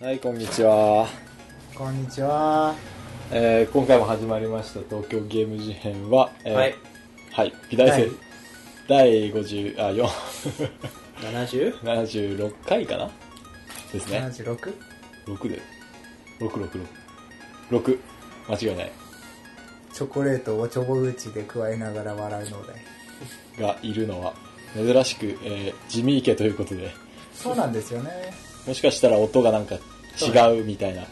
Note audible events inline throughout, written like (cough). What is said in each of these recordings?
はい、こんにちは。こんにちは。えー今回も始まりました東京ゲーム事変は、えーはい。はい、美大生、第50、あ、4、 (laughs) 70? 76回かなですね。 76? 6で。6、6、6。6。間違いない。チョコレートをチョボ口で加えながら笑うので。がいるのは、珍しく、えー地味池ということで、そうなんですよね。もしかしたら音がなんか違うみたいな。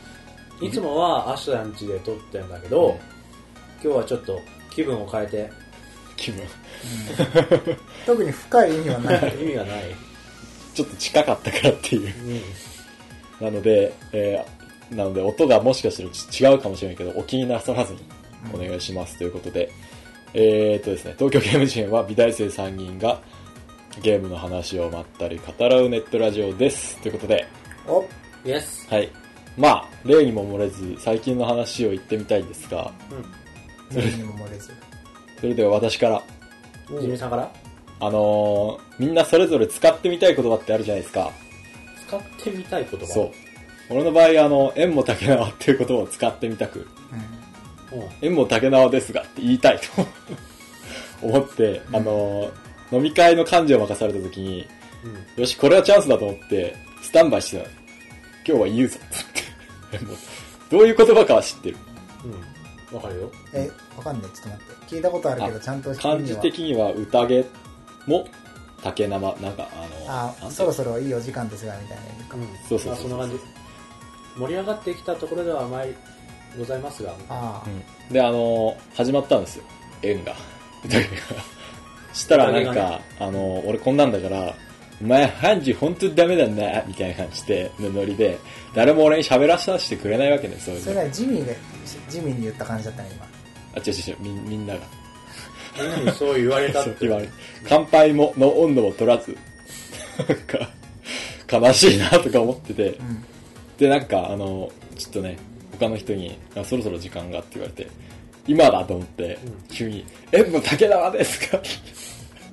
いつもはアシュランチで撮ってんだけど、うん今日はちょっと気分を変えて、気分。 (laughs) 特に深い意味はない。 (laughs) 意味がない。ちょっと近かったからっていう。うん。なので、えーなので音がもしかしたら違うかもしれないけど、お気になさらずにお願いしますということで、えーっとですね、東京ゲーム事変は美大生3人がゲームの話をまったり語らうネットラジオです。ということで、おイエス。はい。まあ、例にも漏れず最近の話を言ってみたいんですが、何にも漏れず。それでは私から、うん。ジミさんからあのーみんなそれぞれ使ってみたい言葉ってあるじゃないですか。使ってみたい言葉。そう。俺の場合、あの、縁も竹縄っていう言葉を使ってみたく、うん。うん。うん。縁も竹縄ですがって言いたいと (laughs) 思って、あの、飲み会の幹事を任された時に、よし、これはチャンスだと思って、スタンバイしてたの。今日は言うぞ、つって。もう (laughs) どういう言葉かは知ってる。うん。わかるよ。え、わかんない。ちょっと待って。聞いたことあるけど、ちゃんと漢に字は的には宴も竹縄、なんか、ああの、なん、てそろそろいいお時間ですが、みたいな意味か。うん。そうそうそうまあそんな感じ。盛り上がってきたところでは甘いございますが、あうんで、あの、始まったんですよ。縁が。 (laughs) 宴が。したらなん宴がか、あの、俺こんなんだから、お前、ハンジ本当にダメだな、みたいな感じで、のノリで、誰も俺に喋らさせてくれないわけね、そういあ。うそれの。はジミーが、ジミーに言った感じだったね、あ、違う違う違う、みんみんなが。みんなに (laughs) そう言われたっそうて。言われ乾杯も、の温度を取らず、なんか、悲しいな、とか思ってて今。う。ん。で、なんか、あの、ちょっとね、他の人に、あそろそろ時間がって言われて、今だと思ってうん、急に、縁の竹縄ですか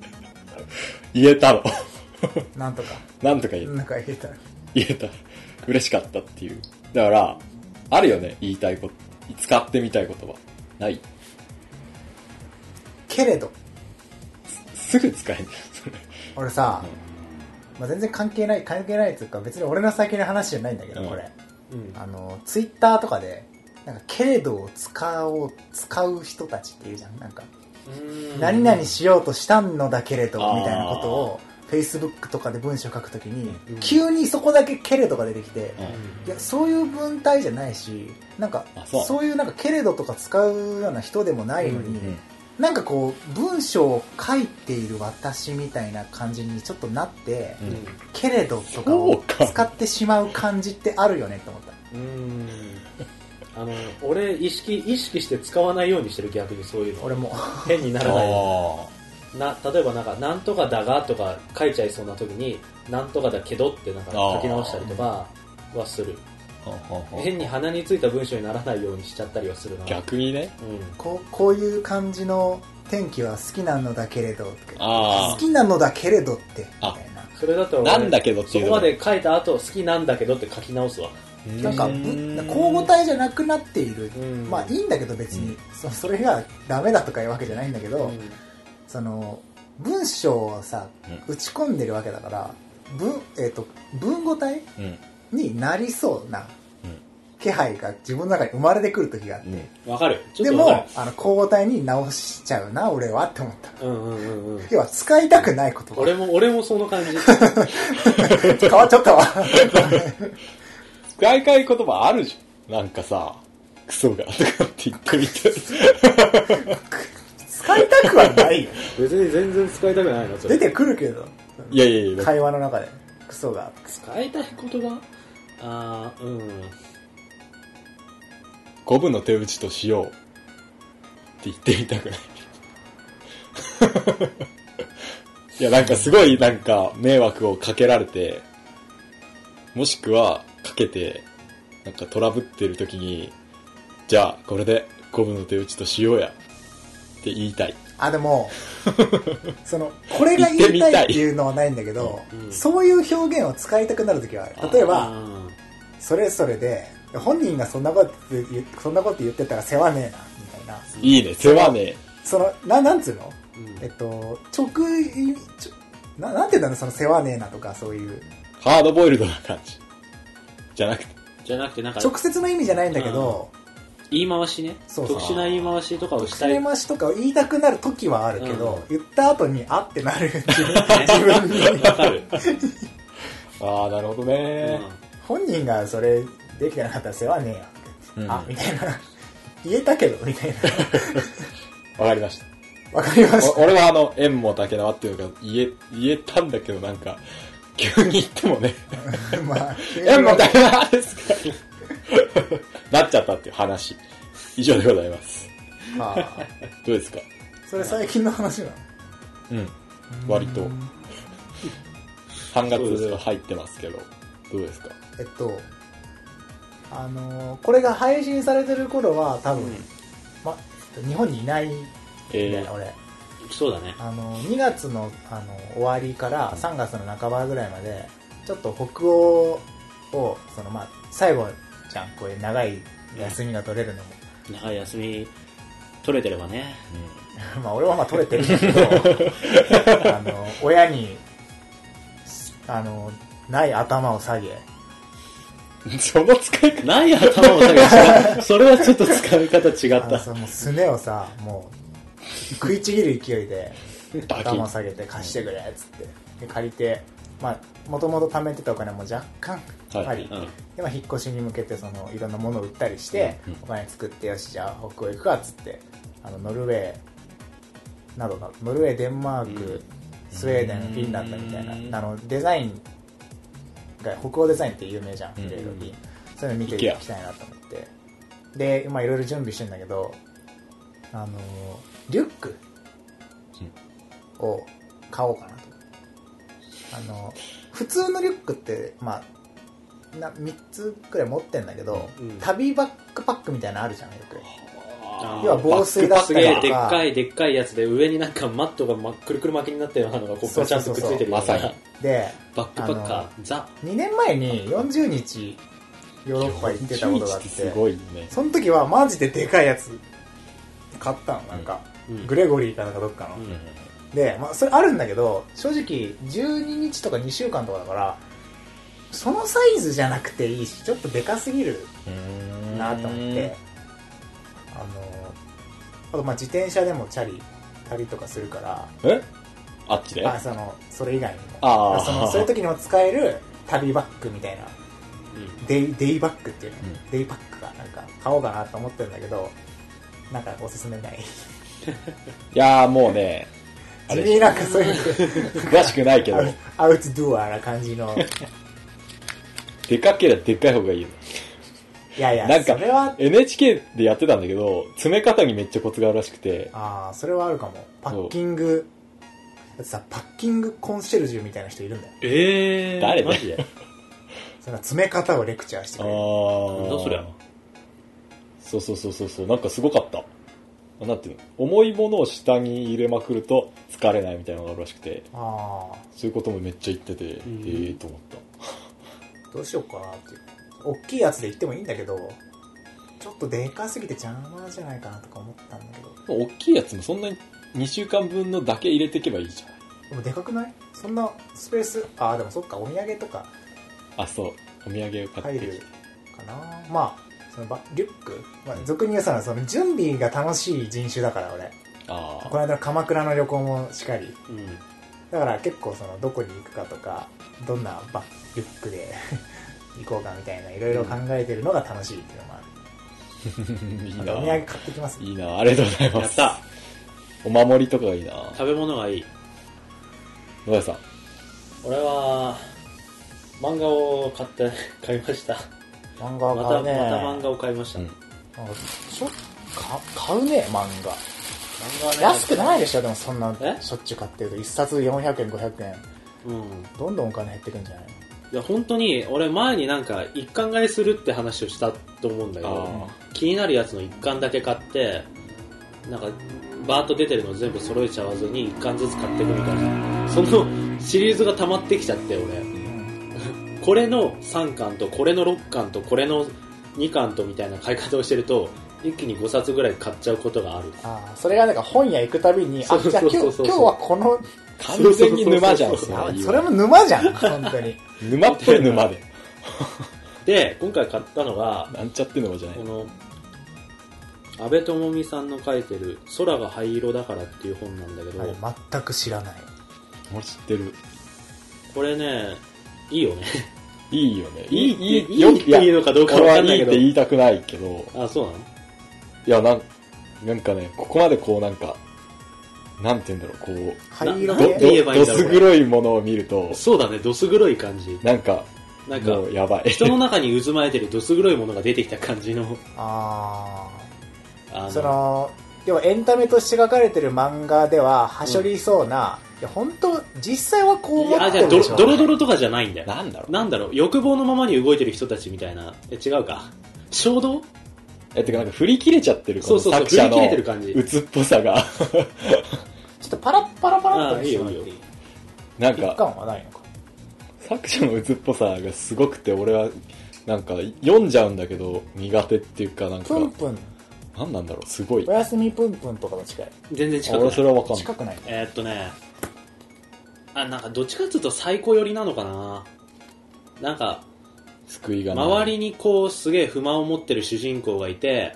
(laughs) 言えたの。なんとか。なんとか言えたなんか言えたら。言えた。嬉しかったっていう。だから、あるよね、言いたいこと。使ってみたい言葉。ない。けれど、すぐ使えんじゃん、それ。俺さ、まあ、全然関係ない、関係ないっていうか、別に俺の最近の話じゃないんだけど、うんこれ。うん。あの、ツイッターとかで、なんか、けれどを使おう、使う人たちっていうじゃん。なんか、うん何々しようとしたのだけれど、あーみたいなことを、Facebook とかで文章書くときに、うん急にそこだけけれどが出てきて、うんいや、そういう文体じゃないし、なんかあ、そうそういうなんか、けれどとか使うような人でもないのに、うなんかこう、文章を書いている私みたいな感じにちょっとなって、うんけれどとかそうをか使ってしまう感じってあるよねって思った。うん。うん。あの、俺、意識、意識して使わないようにしてる逆にそういうの。俺も。変にならないようにあな例えばなんか「なんとかだが」とか書いちゃいそうな時に「なんとかだけど」ってなんか書き直したりとかはするー変に鼻についた文章にならないようにしちゃったりはするな逆にね。うんこうこういう感じの天気は好きなのだけれどってあ好きなのだけれどってみたあいなそれだとあ。なんだけどってそいうこのまがで書いた後好きなんだけどって書き直すわなんかうぶーん交互体じゃなくなっているうんまあいいんだけど別に、そ (laughs) それがダメだとかいうわけじゃないんだけど、うんその文章をさ打ち込んでるわけだから文,、えー、と文語体うん。になりそうなうん気配が自分の中に生まれてくる時があって、うん。わかるちょでっとわかもあの交互体に直しちゃうな俺はって思ったるうんうんうんうん要は使いたくない言葉俺も俺もその感じ (laughs) 変わっちゃったわ使いたい言葉あるじゃん。なんかさ、クソが、とかって言ってみたい。使いたくはないよ別に全然使いたくないなそ出れてくるけどいやいやいや、会話の中でクソが使いたい言葉ああうん五分の手打ちとしよう。って言ってみたくない。 (laughs) いや、なんかすごい、なんか、迷惑をかけられて、もしくは、かけて、なんかトラブってる時に、じゃあ、これで、五分の手打ちとしようや。って言いたい。あでもそのこれが言いたいっていうのはないんだけど言ってみたいうんそういう表現を使いたくなる時はあある例えうばんそれぞれで本人がそんなこと言そんなこと言ってたら世話ねえなみたいないいね、世話ねえ。そのななんつうのうんえっと直いちょななんて言うんだろうその世話ねえなとかそういうハードボイルドな感じ。じゃなくて。じゃなくてなんか直接の意味じゃないんだけど、言い回しねそうそう特殊な言い回しとかをした使いい回しとかを言いたくなる時はあるけど、うん言った後にあってなる自分自 (laughs) 分にわかる、 (laughs) ああ、なるほどうんね。 (laughs) 本人がそれできてなかったら世話ねえよ、うんあみたいな言えたけど (laughs) みたいなわかりました。わかりましお俺はあの、縁も竹縄っていうか、言え、言えたんだけどなんか、急に言ってもね、たまあ縁も竹縄ですからなっちゃったっていう話。以上でございます。まあどうですかそれ最近の話なのうん。割とうん半月は入ってますけど、どうですか (laughs) えっとあのーこれが配信されてる頃は多分、ま、えっと日本にいないんだよえね、俺そうだねあの2月のあの終わりから3月の半ばぐらいまでちょっと北欧をその、まあ、最後じゃんこういう長い休みが取れるのも、 (laughs) 長い休み取れてればねまあ俺はまあ取れてるんだけどあの親にあのない頭を下げーその使い方ない頭を下げ違うそれはちょっと使い方違あっのたさもうすねをさもう食いちぎる勢いでバキ頭をン。下げて貸してくれっつってで借りてまあもともと貯めてたお金も若干はいあり、うんでまあ、引っ越しに向けてそのいろんなものを売ったりして、うんうんお金作ってよしじゃあ北欧行くかっつってあのノルウェーなどなどノルウェーデンマーク、うんスウェーデンフィンランドみたういんなあのデザインが北欧デザインって有名じゃんうんいろいろにそういうの見てい IKEA きたいなと思ってで、まあ、いろいろ準備してんだけどあのリュックを買おうかなとあの普通のリュックって、まあ、な3つくらい持ってんだけど、うん旅バックパックみたいなのあるじゃんよくあー要は防水だったすりげとかえでっかいでっかいやつで上になんかマットが、ま、くるくる巻きになったようなのがこうそうガチそうそうャンとくっそつういてるようなまさにでバックパッカーザ2年前に40日ヨーロッパ行ってたことがあって41すごいね。その時はマジででかいやつ買ったのなんか、うんグレゴリーかなんかどっかの、うんで、まあ、それあるんだけど正直12日とか2週間とかだからそのサイズじゃなくていいしちょっとでかすぎるなと思ってあのあとまあ自転車でもチャリ旅とかするからえあっちであそのそれ以外にもあーそのそういう時にも使える旅バッグみたいなデイデイバッグっていうの、うんデイバッグがなんか買おうかなと思ってるんだけどなんかおすすめないいやーもうね、あ地れ (laughs) 味なんかそういう詳しくないけどア、ウアウトドアな感じ (laughs) のでかければでっかい方がいいよ。いやいやなんかそれは NHK でやってたんだけど、詰め方にめっちゃコツがあるらしくて、ああそれはあるかもパッキングだってさパッキングコンシェルジュみたいな人いるんだよええ誰だマジでそんな詰め方をレクチャーしてあくれるーなんだそりゃそうそうそうそうそう、なんかすごかった。なんていうの重いものを下に入れまくると疲れないみたいなのがあるらしくて、ああそういうこともめっちゃ言ってて、ええんーと思った。どうしようかなっていう大きいやつで行ってもいいんだけどちょっとでかすぎて邪魔じゃないかなとか思ったんだけど大きいやつもそんなに2週間分のだけ入れていけばいいじゃないでもでかくないそんなスペースああでもそっかお土産とかあそうお土産を買入ってきるてかなまあそのバリュック、まあ、俗に言うさその準備が楽しい人種だから俺あこの間の鎌倉の旅行もしかりうんだから結構そのどこに行くかとかどんなバリュックで (laughs) 行こうかみたいないろいろ考えてるのが楽しいっていうのあもある、いいあなとお土産買ってきますいいなありがとうございやまっすた (laughs) お守りとかがいいな食べ物がいい野田さん俺は漫画を買って買いました漫画まは買たまたうね漫画を買いました、うん漫なんかしょか買うね漫画画はね安くないでしょでもそんなえしょっちゅう買ってると一冊400円500円うんどんどんお金減ってくんじゃないいや本当に俺前になんか一巻買いするって話をしたと思うんだけあど気になるやつの一巻だけ買ってなんかバーッと出てるの全部揃えちゃわずに一巻ずつ買っていくみたいなそのシリーズが溜まってきちゃって俺うんこれの3巻とこれの6巻とこれの2巻とみたいな買い方をしてると一気に5冊ぐらい買っちゃうことがあるああそれがなんか本屋行くたびにそあうそうじゃあ今日そう今そう日はこの完全に沼じゃん、そうそそうれあはそれも沼じゃん本当に沼っぽい沼で。で今回買ったのが (laughs) なんちゃって沼じゃないこ。の安部智美さんの書いてる「空が灰色だから」っていう本なんだけど、はい全く知らない俺知ってる。これねいいよねいいよね。いいいいいよいっていうのかどうか俺わはかいんないいけっどて言いたくないけど、あそうなのいや、なん、なんかね、ここまでこうなんか、なんて言うんだろう、こう、灰な色なんど、て言えでばいいんど、どだろうす黒いものを見ると、そうだねどす黒い感じなんか、なんかもうやばい。人の中に渦巻いてるどす黒いものが出てきた感じのあああのその要はエンタメとして描かれてる漫画でははしょりそうな、いや本当実際はこう思あっじてゃあるドでしょロドロドロとかじゃないんだよ (laughs) なんだろう。なんだろう欲望のままに動いてる人たちみたいなえ違うか衝動え、てかなんか振り切れちゃってる、こそうのそうそう作者振り切れてるの感じ鬱っぽさが、 (laughs) ちょっとパラッパラパラッあといいよいいよなん一か、巻はないのか作者の鬱っぽさがすごくて、俺は、なんか、読んじゃうんだけど、苦手っていうか、なんかプ、ンプンなんなんだろう、すごいお。やすみプンプンとかの近い全然近くな俺いそれはわかんない。近くないえーっとねあなんかどっちかっていうと最高寄りなのかななんか救いがない。周りにこうすげえ不満を持ってる主人公がいて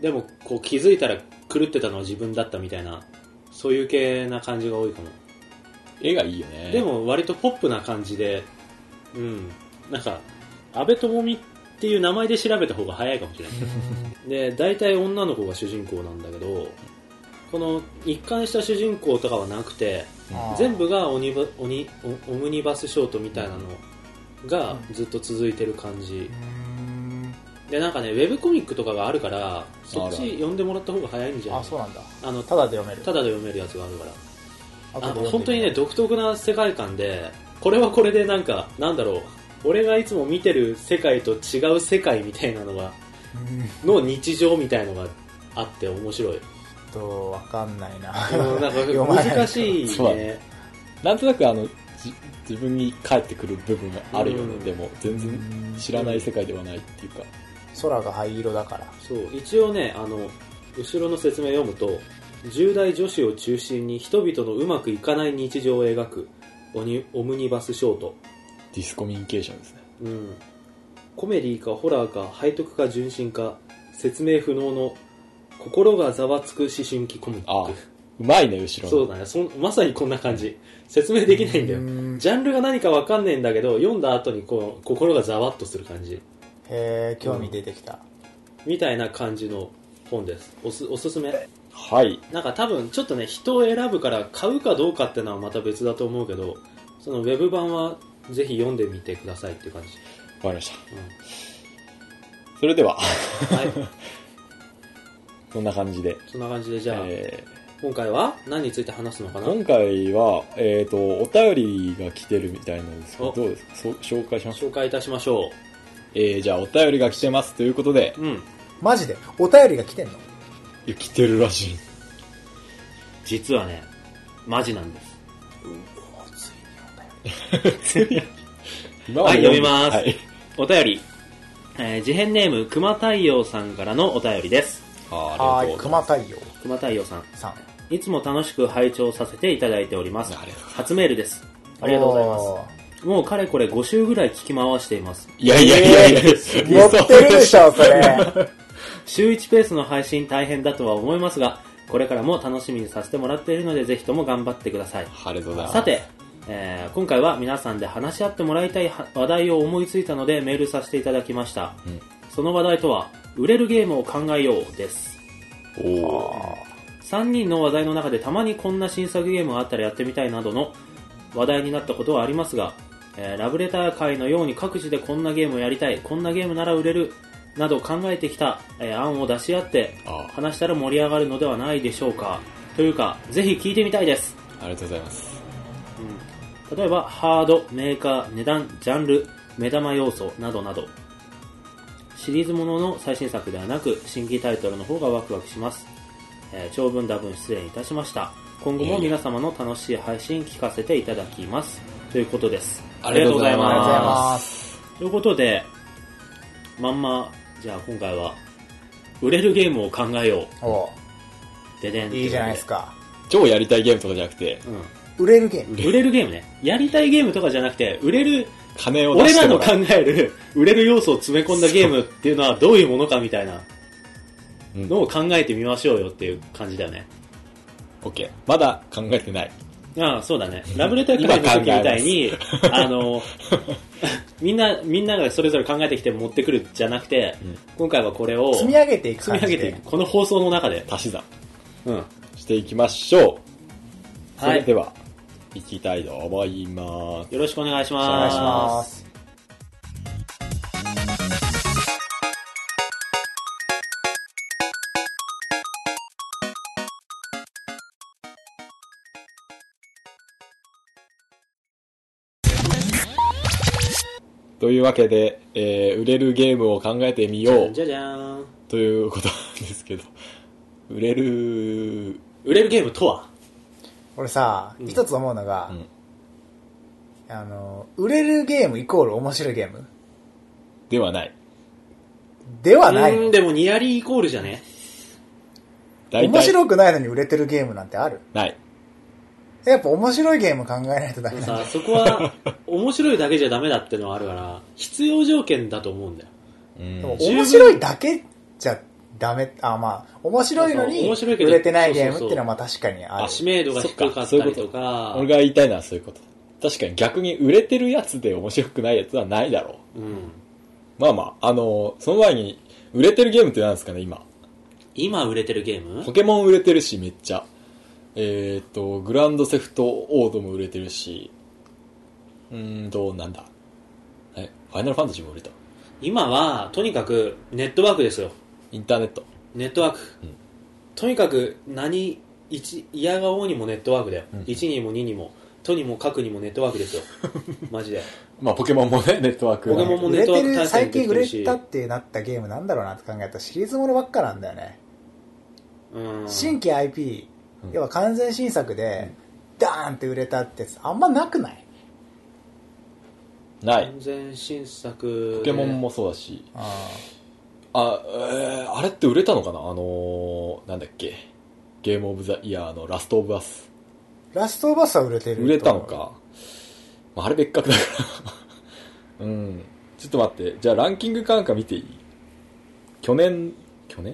でもこう気づいたら狂ってたのは自分だったみたいなそういう系な感じが多いかも絵がいいよね。で、も割とポップな感じでうんなんか阿部智美っていう名前で調べた方が早いかもしれないで大体女の子が主人公なんだけどこの一貫した主人公とかはなくてあー全部がオニバオニオオムニバスショートみたいなのがずっと続いてる感じうーんでなんかねウェブコミックとかがあるからそっあるあちる読んでもらった方が早いんじゃないあそうなんだあのただで読めるただで読めるやつがあるから後であ読んでみのよう本当にね独特な世界観でこれはこれでなんかなんだろう俺がいつも見てる世界と違う世界みたいなのがうんの日常みたいのがあって面白いとわかんないなうんなん読まかない難しいそうだねなんとなくあの、じ自分に返ってくる部分があるようんね。でも、全然知らない世界ではないっていうか。空が灰色だからそう一応ねあの後ろの説明を読むと10代女子を中心に人々のうまくいかない日常を描くオニオムニバスショート、ディスコミュニケーションですね。うん、コメディかホラーか背徳か純真か説明不能の心がざわつく思春期コミあッあク、うまいね、後ろの。そうだねそんまさにこんな感じ説明できないんだようんジャンルが何かわかんないんだけど読んだ後にこう心がざわっとする感じへえ興味出てきたみたいな感じの本ですおすおすすめはい。なんか多分ちょっとね人を選ぶから買うかどうかってのはまた別だと思うけどそのウェブ版はぜひ読んでみてくださいっていう感 (laughs) じ、わかりました。それでは、 (laughs) うん、はいそんな感じで。そんな感じでじゃあ、えー今回は何について話すのかな今回は、えっ、と、お便りが来てるみたいなんですけど、おどうですかそう紹介します紹介いたしましょえー、じゃあ、お便りが来てますということで、ううんマジでお便りが来てんのいや来てるらしい。実はねマジなんです今はい読みますはい。お便り、えー、事変ネーム熊太陽さんからのお便りですあーあはりーがいとうございま熊太陽熊太陽さんさんいつも楽しく拝聴させていただいておりますありがとうございます初メールですありがとうございますもうかれこれ5週ぐらい聞き回していますす。いやいやいやいや、おー乗ってるでしょ (laughs) それ週1ペースの配信大変だとは思いますがこれからも楽しみにさせてもらっているのでぜひとも頑張ってくださいありがとうございます。さて、えー今回は皆さんで話し合ってもらいたいは話題を思いついたのでメールさせていただきました、んその話題とは売れるゲームを考えようですおー3人の話題の中でたまにこんな新作ゲームがあったらやってみたいなどの話題になったことはありますが、えーラブレター界のように各自でこんなゲームをやりたいこんなゲームなら売れるなど考えてきた、えー案を出し合ってあ話したら盛り上がるのではないでしょうかというかぜひ聞いてみたいですありがとうございます。例えばハードメーカー値段ジャンル目玉要素などなどシリーズものの最新作ではなく新規タイトルの方がワクワクします、えー長文多文失礼いたしました今後も皆様の楽しい配信聞かせていただきますということです。ありがとうございますありがとうございすます。ということで、まんま、じゃあ今回は、売れるゲームを考えよおう。ででん。ういいじゃないです。か。超やりたいゲームとかじゃなくて、う売れるゲーム。ん。売れるゲームね。やりたいゲームとかじゃなくて、売れる、金を出俺してらものら考う。える、売れる要素を詰め込んだゲームっていうのはどういうものかみたいなうんのを考えてみましょうよっていう感じだよね。オッケー。まだ考えてない。ああ、そうだね。ラブレター会の時みたいに、あの、みんな、みんながそれぞれ考えてきて持ってくるじゃなくて、うん今回はこれを積み上げていく積み感じ上げていでく。。この放送の中で。足し算うん。していきましょう。そはれい。では、いきたいと思います。よろしくお願いします。おお願いします。というわけで、えー売れるゲームを考えてみようじゃじゃーん。ということなんですけど、 (laughs) 売れる、売れるゲームとは俺さ、一つ思うのがうん、あの、売れるゲームイコール面白いゲームではない。ではないのうん、でもニアリーイコールじゃね大面体、白くないのに売れてるゲームなんてあるない。やっぱ面白いゲーム考えないとダメなんださあ、そこは、面白いだけじゃダメだってのはあるから、必要条件だと思うんだよ。うんでも十分面白いだけじゃダメ、あ、まあ、面白いのそうそうに面白い売けどれてないゲームっていうのはまあ確かにある。知名度が低かったそっかそういりうこととか、俺が言いたいのはそういうこと。確かに逆に売れてるやつで面白くないやつはないだろうん。う。まあまあ、あのーその前に、売れてるゲームって何ですかね、今。今売れてるゲームポケモン売れてるし、めっちゃ。えーっと、グランドセフトオードも売れてるし、うーんと、なんだ。え、ファイナルファンタジーも売れた。今は、とにかく、ネットワークですよ。インターネット。ネットワーク。うんとにかく、何、一、嫌がおうにもネットワークだようん。一、にも二にも、とにもかくにもネットワーク (laughs) ですよ。マジで。まあ、ポケモンもね、ネ (laughs) ットワーク。ポケモンも売ネッれトワてークる、対最戦で近き売てるれし。たってなったゲームなんだろうなって考えたらシリーズものばっかなんだよね。うん。新規 IP うん、要は完全新作で、ダーンって売れたってやつあんまなくないない。完全新作で。ポケモンもそうだし。ああ、えー、あれって売れたのかなあのー、なんだっけ。ゲームオブザイヤーのラストオブアス。ーラストオブアスは売れてる。売れたの。か。まあ、あれ別格だから。 (laughs) うん。ちょっと待って。じゃあランキングかなんか見ていい去年、去年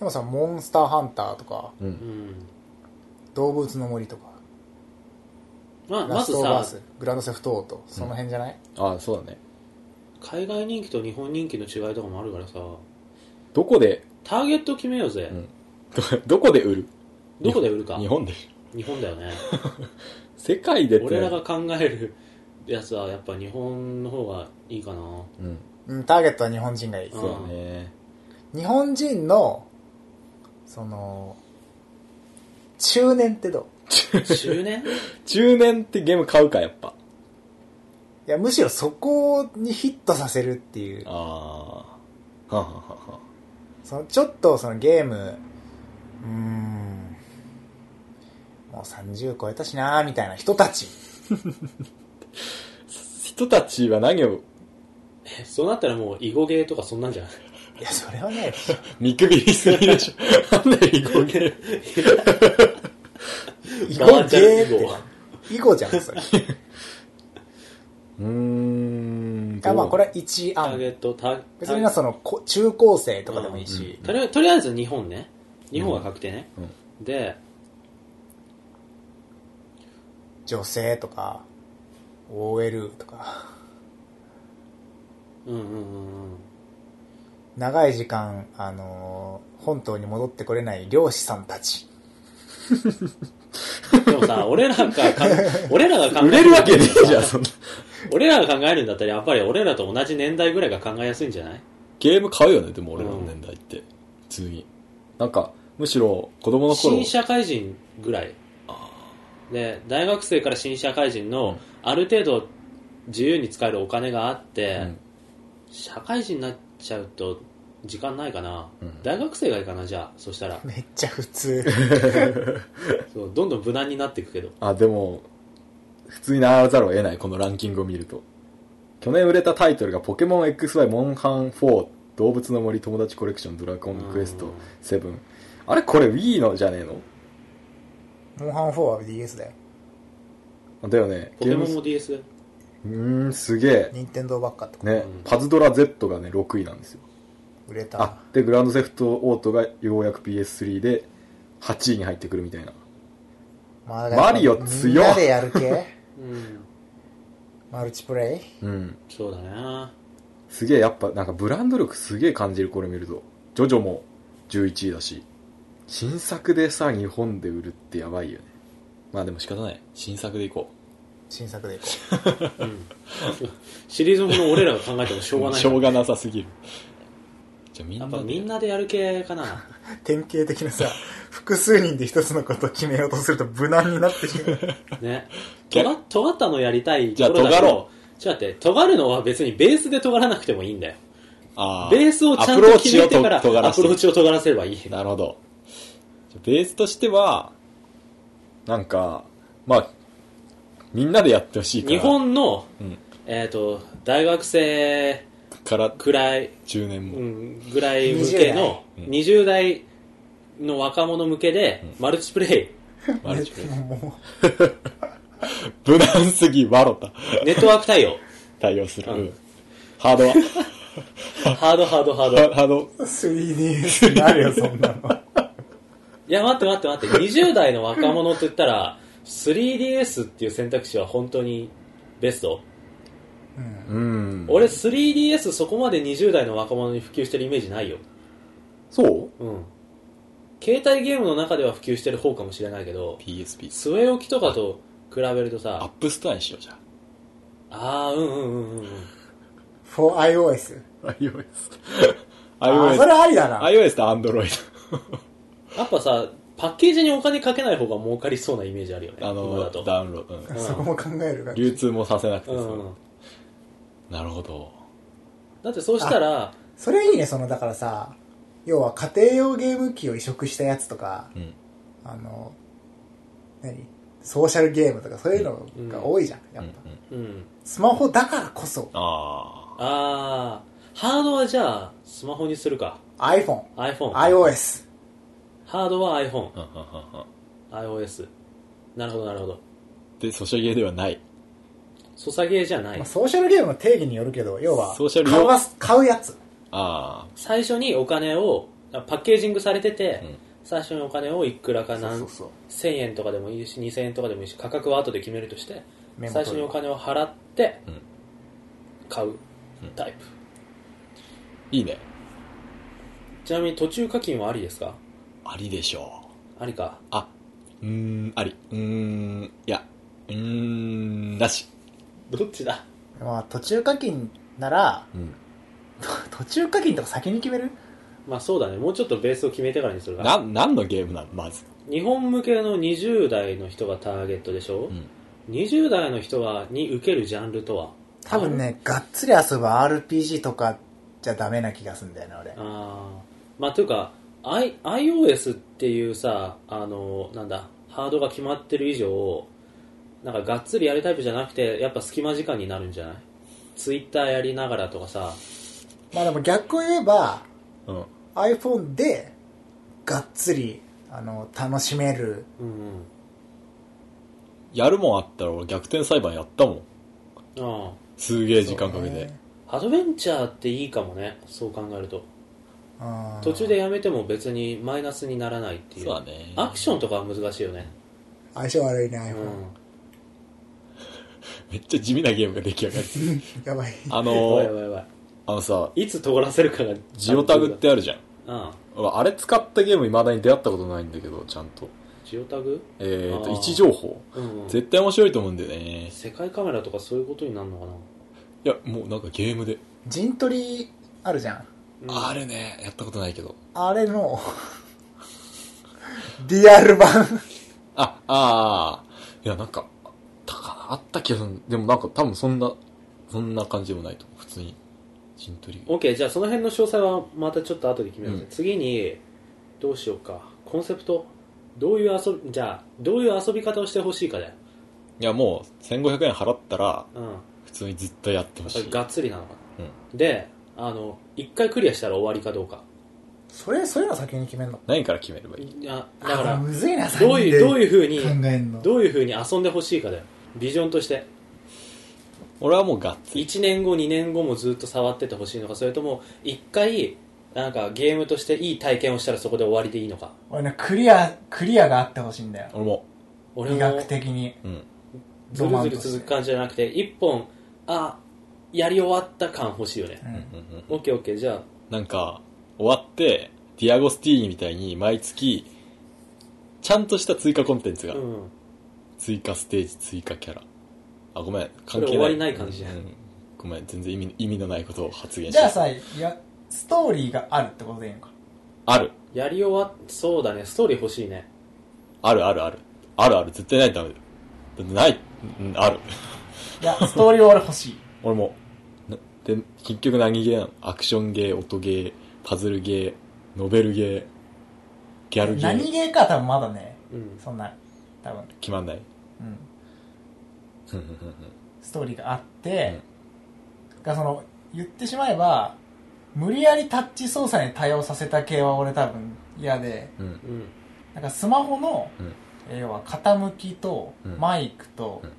でもさ、モンスターハンターとか、う。うんん。動物の森とか、まラあ、まスずトオブアさ、ス、グランドセフトオート、その辺じゃないあ、そうだね。海外人気と日本人気の違いとかもあるからさ、どこで、 (laughs) ターゲット決めようぜう。ん。どどこで売るどこで売るか。日本で。日本だよね。世界でって。俺らが考えるやつはやっぱ日本の方がいいかなうん。うん、ターゲットは日本人がいい。そうだね。日本人の、その、中年ってどう中 (laughs) 年中年ってゲーム買うか、やっぱ。いや、むしろそこにヒットさせるっていうあー。はあはあはあはあ。そのちょっとそのゲーム、うーん、もう30超えたしなーみたいな人たち。人たちは何をえそうなったらもう囲碁ゲーとかそんなんじゃんいや、それ (laughs) はね、見くびりすぎでし (laughs) ょ。なんで囲碁ゲー囲黙碁っちゃうゲーっ囲て碁は。囲碁じゃん、それ。いうーん。や、まあこれ。れは一ターゲ案。ットタ別にな、その、こ中高生とかでもいいし。とりあえずとりあえず日本ね日本が確定ね、うんで女性とか、OL とか、うんうんうんうん長い時間、あのー本島に戻ってこれない漁師さんたち。で (laughs) もさ俺らがか俺らが考え売れるわけねえじゃん、そんな。俺らが考えるんだったらやっぱり俺らと同じ年代ぐらいが考えやすいんじゃない (laughs) ゲーム買うよね、でも俺らの年代って。普通に。なんか、むしろ子供の頃新、社会人ぐらいで大学生から新社会人のある程度自由に使えるお金があって、うん社会人になっちゃうと時間ないかな、うん大学生がいいかなじゃあ (laughs) そしたらめっちゃ普通。そうどんどん無難になっていくけどあ、でも、普通にならざるを得ない、このランキングを見ると。去年売れたタイトルがポケモン XY モンハン4、動物の森友達コレクション、ドラゴンクエスうんト7。あれこれ Wii のじゃねえのモンハン4は DS だよ。だよね。ポケモゲンーもム DS だようーん、すげえ。任天堂ばっかってこと、ね、パズドラ Z がね、6位なんですよ。売れたあ。、で、グランドセフトオートがようやく PS3 で8位に入ってくるみたいな。まあだからマリオ強っみんなでやる系うんマルチプレイうん。そうだねすげえ、やっぱなんかブランド力すげえ感じる、これ見ると。ジョジョも11位だし。新作でさ、日本で売るってやばいよね。まあでも仕方ない。新作でいこ新作でいこシリーズもの俺らが考えてもしょうがう。な (laughs) いしょうがなさすぎる。じゃあみんやなっでぱみんなでやる系か (laughs) なう。 (laughs) 典型的なさ、複数人で一つのことを決めようとすると無難になってしまう。ねとが尖ったのやりたいじゃあところだけ尖どろちょっと待って尖るのは別にベースで尖らなくてもいいんだよあベースをちゃんアプローと決チをめとてからアプ尖ロらせるーチを尖らせればいいなるほど。じゃあベースとしては、なんか、まあ、みんなでやってほしいから。日本の、うんえっと大学生からくらい10年も。うんぐらい向けの20代の若者向けでマルチプレマルチプレイも無難すぎ、ワロタ。イネットワーク対 (laughs) 応対応する。うんうんハードは、ハードハードハードハハード、う 3DS になるよ、そんなの。いや待って待って待って20代の若者って言ったら 3DS っていう選択肢は本当にベスト、うん。うん。俺 3DS そこまで20代の若者に普及してるイメージないよそううん携帯ゲームの中では普及してる方かもしれないけど ?PSP。据え置きとかと比べるとアッさプストアにしようじゃああーうんうんうんうんうん for iOS。あ。iOS。 (laughs) あ、それ iOS。ありだな。 iOS と Android。やっぱさパッケージにお金かけない方が儲かりそうなイメージあるよねあ今だの、とダウンロード。うん (laughs) そこも考えるが。流通もさせなくてうそんう。なるほど。だってそうしたらそれいいね、その、だからさ、要は家庭用ゲーム機を移植したやつとか、うん。あの、何ソーシャルゲームとかそういうのが多いじゃん、やうんうっんぱ。うんスマホだからこそああーハードはじゃあスマホにするか iPhone、 iPhone iOS。ハードはあ。うんうんうんうん iPhoneiOS なるほどなるほどで、ソシャゲではない。ソサゲーじゃないまあ、ソーシャルゲームの定義によるけど、要はソーシャル用買わす買うやつ。あ最初にお金をあパッケージングされてて、うん最初にお金をいくらか何そう。 1000円とかでもいいし2000円とかでもいいし価格は後で決めるとしてメモ最取るわ初にお金を払ってうん買うタイプ、あ。いいね。ちなみに途中課金はありですかありでしょう。ありかあ、うーん、あり。うーん、いや、うーん、なし。どっちだまあ、途中課金なら、 (laughs) うん。と途中課金とか先に決めるまあそうだねもうちょっとベースを決めてからにするかな、何のゲームなのまず。日本向けの20代の人がターゲットでしょ、ん20代の人はに受けるジャンルとは多分ね、がっつり遊ぶ RPG とかじゃダメな気がするんだよね、俺。あーまあというか、I、iOS っていうさあのなんだハードが決まってる以上なんかがっつりやるタイプじゃなくてやっぱ隙間時間になるんじゃないツイッターやりながらとかさまあでも逆を言えば、うん。 iPhone でがっつりあの楽しめるうんうんやるもんあったら俺逆転裁判やったもん。あすげえ時間かけて。あアドベンチャーっていいかもねそう考えるとうん途中でやめても別にマイナスにならないっていうそうだねアクションとかは難しいよね、相性悪いねうん iPhone、めっちゃ地味なゲームが出来上が (laughs) る。 (laughs) やばいあおいおの、いおいあのさ、いつ尖らせるかがジオタグってあるじゃん。うん俺あれ使ったゲーム未だに出会ったことないんだけど、ちゃんと。ジオタグえーと、あ位ー置情報。うんうん絶対面白いと思うんだよね。い世界カメラとかそういうことになるのかな、や、もうなんかゲームで。陣取りあるじゃんあれね、やったことないけど。あ (laughs) れのリアル版あ、ああ、いや、なんか、あったかなあったけど、でもなんか多分そんな、そんな感じでもないと思う。普通に、陣取り。 OK じゃあその辺の詳細はまたちょっと後で決めます、うん次にどうしようかコンセプトどういう遊びじゃあどういう遊び方をしてほしいかだよいや、もう、1500円払ったら、うん普通にずっとやってほそしれい。がっつりなのかうん。なであの一回クリアしたら終わりかどうかそれそういうの先に決めるの何から決めればいいいやだかあらむずいなどういうどういうふうに3人で考えんのどういうふうに遊んでほしいかだよビジョンとして俺はもうがっつり。 1年後2年後もずっと触っててほしいのかそれとも1回なんかゲームとしていい体験をしたらそこで終わりでいいのか俺ねクリアクリアがあってほしいんだよ俺も。俺医も学的にうん。ずるずる続く感じじゃなくて1本あやり終わった感欲しいよねう、んうんうんオッケーオッケーじゃあなんか、終わって、ディアゴスティーニみたいに毎月、ちゃんとした追加コンテンツが、うん追加ステージ、追加キャラ。あ、ごめん、そ関係れない。終わりない感じじゃんうんごめん、全然意味意味のないことを発言しじてゃあさいやストーリーがあるってことでいいのかある。やり終わっそうだねストーリー欲しいねあるあるある。あるある。絶対ないとダメだよ。だってない、うん、ある。いやストーリーは俺欲し (laughs) い俺も。なで、結局何ゲーなのアクションゲー、音ゲー、パズルゲー、ノベルゲー、ギャルゲ何ー、ゲーか多分まだねうんそんな多分決まんない。うんうんうんうんうんストーリーがあって、がその言ってしまえば無理やりタッチ操作に対応させた系は俺多分嫌でうんうんなんかスマホの、うんえー要は傾きとうんマイクと、うん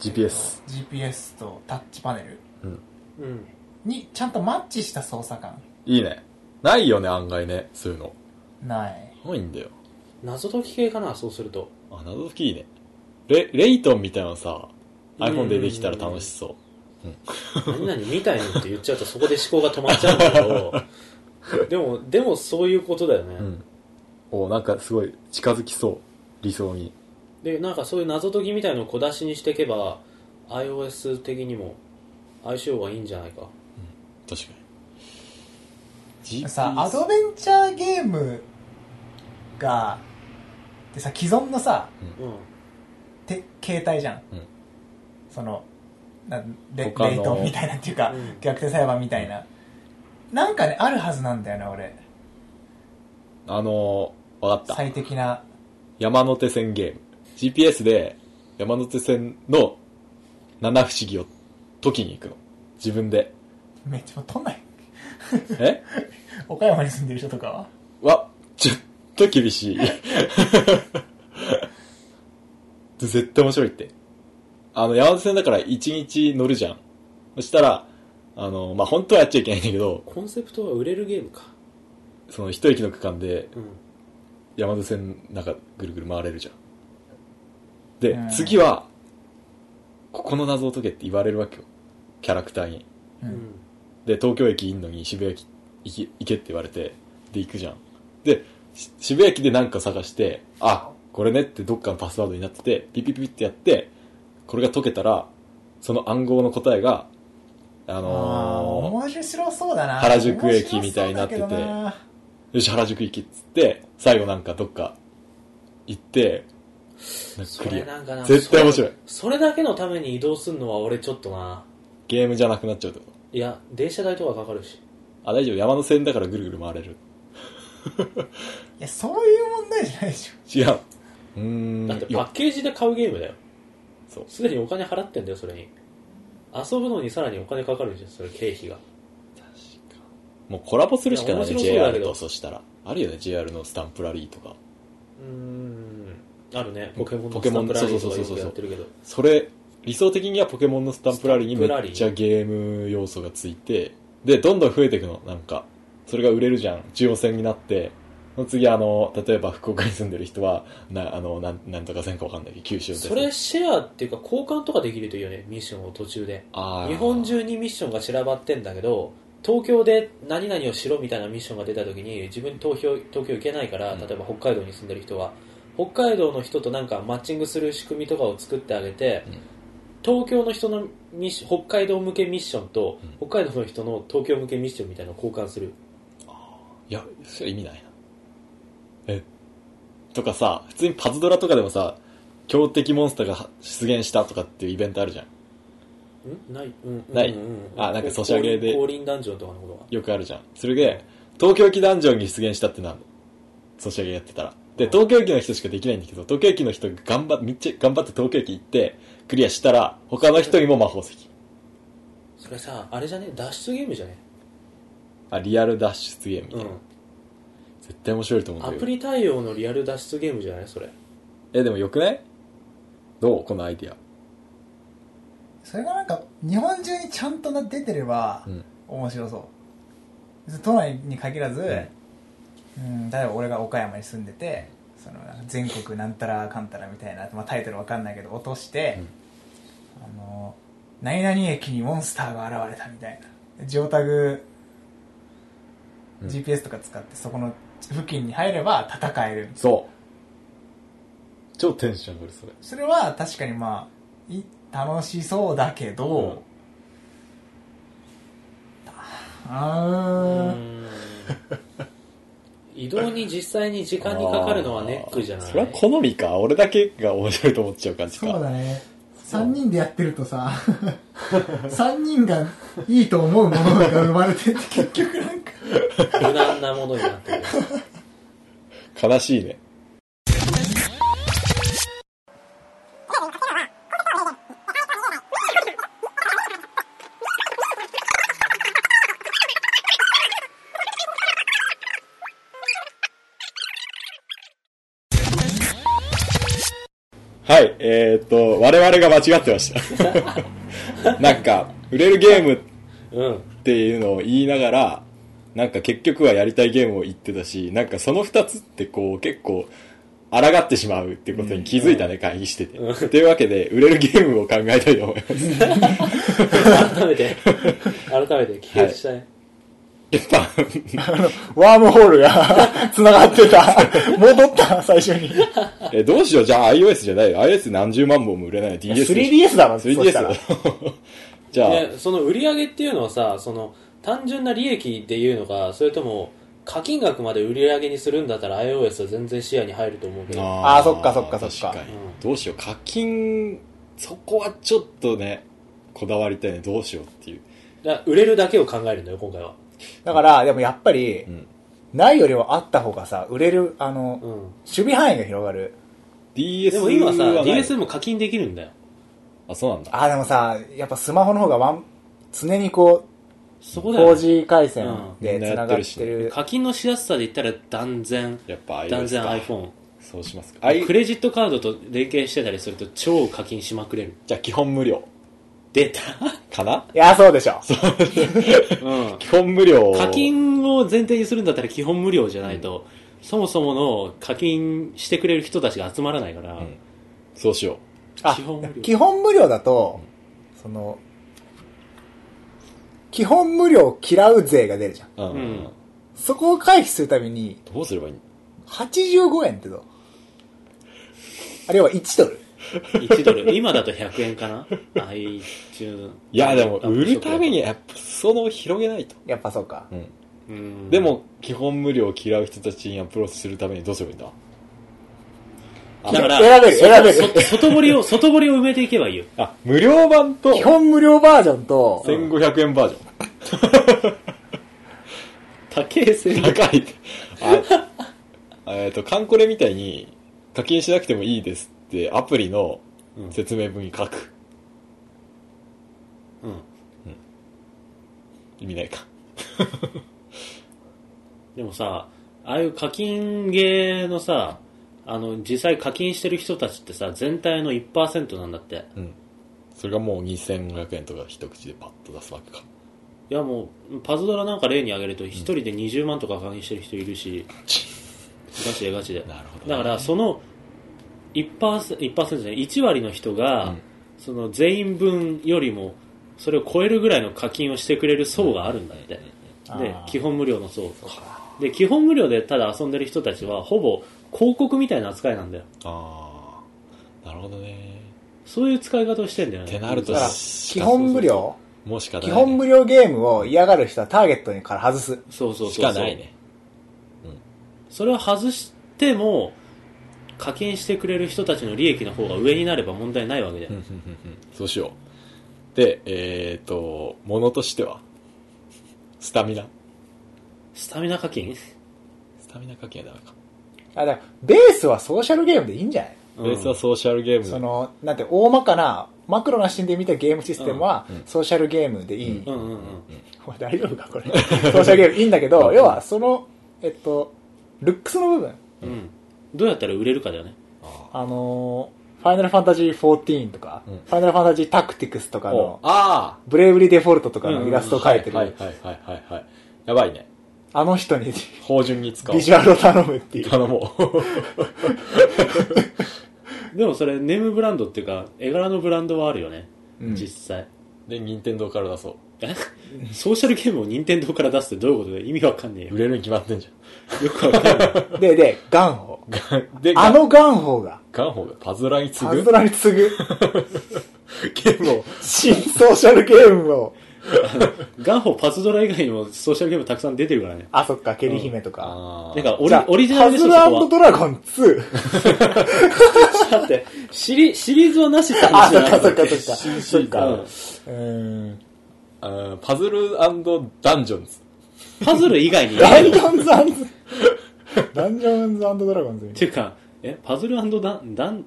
GPS。 GPS とタッチパネルうん。うんにちゃんとマッチした操作感いいね。ないよね、案外ね。そういうの。ないないんだよ。謎解き系かなそうするとあ、謎解きいいね。レ、レイトンみたいなのさ、う iPhone んでできたら楽しそう。何々みたいにって言っちゃうとそこで思考が止まっちゃうんだけど (laughs) でもでもそういうことだよね、うん。おなんかすごい近づきそう。理想に。でなんかそういう謎解きみたいのを小出しにしていけば iOS 的にも相性がいいんじゃないか確かに。GPS さアドベンチャーゲームがでさ既存のさうんて携帯じゃん、うんそのなレ他のレイトンみたいなっていうか、うん逆転裁判みたいななんかねあるはずなんだよな俺あのー、わかった。最適な山手線ゲーム。GPS で山手線の七不思議を解きに行くの。自分で。めっちゃ取んないえ (laughs) 岡山に住んでる人とかはわ、ちょっと厳しい。 (laughs) 絶対面白いって。あの、山手線だから1日乗るじゃん。そしたら、あの、まあ、本当はやっちゃいけないんだけど、コンセプトは売れるゲームかその一駅の区間でうん山手線なんかぐるぐる回れるじゃん。で、うん次は、ここの謎を解けって言われるわけよ。キャラクターに。ううんんで、東京駅いんのに渋谷駅行け行けって言われて、で行くじゃん。で、し渋谷駅でなんか探して、あ、これねってどっかのパスワードになってて、ピピピピってやって、これが解けたら、その暗号の答えが、ああーの面白そうだな原宿駅みたいになってて面白そうだー、よし、原宿行きっつって、最後なんかどっか行って、なんかそクリれア。なんかな絶対面白いそれそれだけのために移動するのは俺ちょっとなゲームじゃなくなっちゃうってこと。いや電車代とかかかるしあ、大丈夫。山の線だからぐるぐる回れる。けどないやそういう問題じゃないでしょ違う。うーん。だっていパやッケージで買うゲームだよそう。すでにお金払ってんだよそれに遊ぶのにさらにお金かかるじゃんそれ経費がもうコラボするしかないね、いや面白そうだけ JR どと、そしたら。あるよね、JR のスタンプラリーとか。うーんあるねポケモンポのケスタモンンプラリーとそうそかうよそうそうくやってるけどそれ、理想的にはポケモンのスタンプラリーにめスタンプラリーっちゃゲーム要素がついて、で、どんどん増えていくの、なんか。それが売れるじゃん。中央線になって、その次、あの、例えば福岡に住んでる人は、な、あの、なん、なんとか線かわかんないけど、九州です。それシェアっていうか交換とかできるといいよねミッションを途中であー日本中にミッションが散らばってんだけど東京で何々をしろみたいなミッションが出た時に自分東京東京行けないからうん例えば北海道に住んでる人は北海道の人となんかマッチングする仕組みとかを作ってあげて、うん東京の人のミッション北海道向けミッションと、北海道の人の東京向けミッションみたいなのを交換するいや、それ意味ないな。えとかさ、普通にパズドラとかでもさ、強敵モンスターが出現したとかっていうイベントあるじゃん。んない、うん、ないうんうんあなんかソシャゲで降臨ダンジョンとかのことがよくあるじゃん。それで、東京駅ダンジョンに出現したってなるの。ソシャゲやってたら。で、東京駅の人しかできないんだけど、東京駅の人が頑張っめっちゃ頑張って東京駅行って、クリアしたら、他の人にも魔法石。それさあれじゃね脱出ゲームじゃねあ、リアル脱出ゲームみたいな。絶対面白いと思アうんだけプど。リ対応のリアル脱出ゲームじゃないそれえ、でもよくないどうこのアイディア。それがなんか日本中にちゃんとな出てればうん面白そう別に都内に限らず、うん、例えば俺が岡山に住んでてそのなんか全国なんたらかんたらみたいな、まあ、タイトルわかんないけど落として、あの何々駅にモンスターが現れたみたいなジオタグうん GPS とか使ってそこの付近に入れば戦えるそう。超テンション上がる、それ。それは確かにまあい楽しそうだけど、あー移動に実際に時間にかかるのはネックじゃなあいーそれは好みか。俺だけが面白いと思っちゃう感じか。そうだね3人でやってると (laughs) さ3人がいいと思うものが生まれてって結局なんか無難なものになってる悲しいね。はい、えー、っと、我々が間違ってま (laughs) した。なんか、売れるゲーム (laughs) うんっていうのを言いながらなんか結局はやりたいゲームを言ってたしなんかその2つってこう結構抗ってしまうってことに気づいたね、会議してて。と、いうわけで、売れるゲームを考えた (laughs) いと思います。改めて改めて聞きしたい、やっぱ、ワームホールが (laughs) 繋がってた。戻った、最初に。え、どうしよう、じゃあ iOS じゃないよ。iOS 何十万本も売れない DS でしょ。 3DS だろ、そしたら 3DS。じゃ (laughs) あ、でその売り上げっていうのはさその単純な利益でいうのかそれとも課金額まで売り上げにするんだったら iOS は全然視野に入ると思うけどあーあーそっかそっかそっか確にうんどうしよう、課金、そこはちょっとね、こだわりたいね。どうしようっていう。だから売れるだけを考えるんだよ今回はだから、でもやっぱりう、んないよりはあった方がさ、売れる、あの、う守ん備範囲が広がる。 DS でも今はなさい DS も課金できるんだよあ、そうなんだ。あ、でもさ、やっぱスマホの方がワン、常にこ、そうこだよね、 4G 回線でうん繋がってる。課金のしやすさで言ったら断然やっぱ iOS か断然 iPhone そうしますか。あいクレジットカードと連携してたりすると超課金しまくれるじゃあ基本無料出た、かないや、そうでしょ。うん、基本無料。 (laughs) 課金を前提にするんだったら基本無料じゃないと、そもそもの課金してくれる人たちが集まらないから、んそうしよあ基本無料基本無料だと、その、基本無料を嫌う税が出るじゃん。う。うん。うんそこを回避するために、どうすればいいの85円ってどうあれは1ドル。 1ドル今だと100円かな iTunes いや、でも、売るために、やっぱ、その広げないと。やっぱそうか。うん。うんでも、基本無料を嫌う人たちにアプローチするためにどうすればいいんだだから選べる選べるそそ外堀を外堀を埋めていけばいいよあ、無料版と基、本無料バージョンと、 1500円バージ竹江ョン。高い。あえっと、カンコレみたいに、課金しなくてもいいですって、アプリの説明文に書く。うん意味ないか。でもさああいう課金ゲーのさあの実際課金してる人たちってさ全体の1%なんだってうん。それがもう2500円とか一口でパッと出すわけか。いやもうパズドラなんか例に挙げると1人で20万とか課金してる人いるし、ガチでガチでなるほどねだからその 1%, 1%じゃない1割の人が、うんその全員分よりもそれを超えるぐらいの課金をしてくれる層があるんだって、であー基本無料の層で基本無料でただ遊んでる人たちはほぼ広告みたいな扱いなんだよああなるほどねそういう使い方をしてんだよねってなるとだから、基本無料もうしかない、基ね、本無料ゲームを嫌がる人はターゲットにから外す。そうそうそうそうしかないねそれを外しても課金してくれる人たちの利益の方が上になれば問題ないわけだよ、うんうんうんうんそうしようでえっ、とものとしてはスタミナスタミナ課金スタミナ課金はダメかあ、だからベースはソーシャルゲームでいいんじゃないベースはソーシャルゲームその、なんて、大まかな、マクロな視点で見たゲームシステムは、ソーシャルゲームでいい。うんうんうん。これ大丈夫かこれ。ソーシャルゲームいいんだけど、要は、その、えっと、ルックスの部分。うん。どうやったら売れるかだよね。あのー、ファイナルファンタジー14とか、うんファイナルファンタジータクティクスとかおの、あブレイブリーデフォルトとかうんうのんイラストあを描いてる、はいはいはいはいはい。やばいね。あの人に芳醇に使おうビ。ジュアルを頼むっていう。頼もう。 (laughs) でもそれ、ネームブランドっていうか、絵柄のブランドはあるよね。うん実際。で、任天堂から出そう。えソーシャルゲームを任天堂から出すってどういうことだよ意味わかんねえよ売。れるに決まってんじよくわかんない。で、で、ガンホ。ゃん。 (laughs) で、あのガンホが、ガンホがパズラに次アズぐドラに次ぐ、ゲーム (laughs) を新ソーシャルゲームを、ガンホパズドラ以外にもソーシャルゲームたくさん出てるからね。あ、そっか、ケリ姫とか。あなんかオじリゃあオリジナルでしょ、そパズこルは。ドラゴン2。だって、シリシリーズはなしっ (laughs) てあ、話そじゃっないかそっかそっか。そっか。うんうーん。あーパズルダンジョンズ。パズル以外に。っダンジョンズアンズ、ダンジョンズアンドドラゴンズみたいていうか、え、パズルダン、ダン、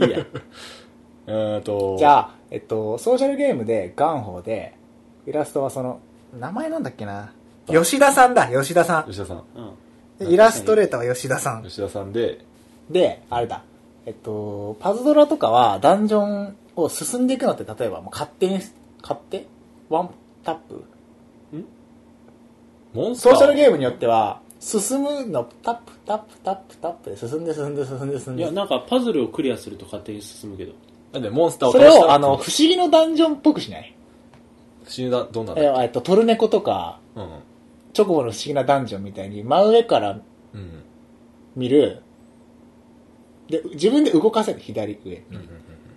いいや。うーんとな。、じゃあ、えっと、ソーシャルゲームで、ガンホで、イラストはその、名前なんだっけな。吉田さんだ、吉田さ吉田さん。うん。ん。イラストレーターは吉田さん。吉田さんで、で、あれだ。えっと、パズドラとかは、ダンジョンを進んでいくのって、例えば、もう勝手に、勝手ワンタップモンスタソー。ーシャルゲームによっては、進むの、タップ、タップ、タップ、タップで進んで進んで進んで進んいや、で。なんかパズルをクリアすると勝手に進むけど。なんで、モンスターをそ倒れしたを、らあの、不思議のダンジョンっぽくしない死んだ、どんなんだええっと、トルネコとか、うんうん。チョコボの不思議なダンジョンみたいに、真上からうん。見る、で、自分で動かせる、左上。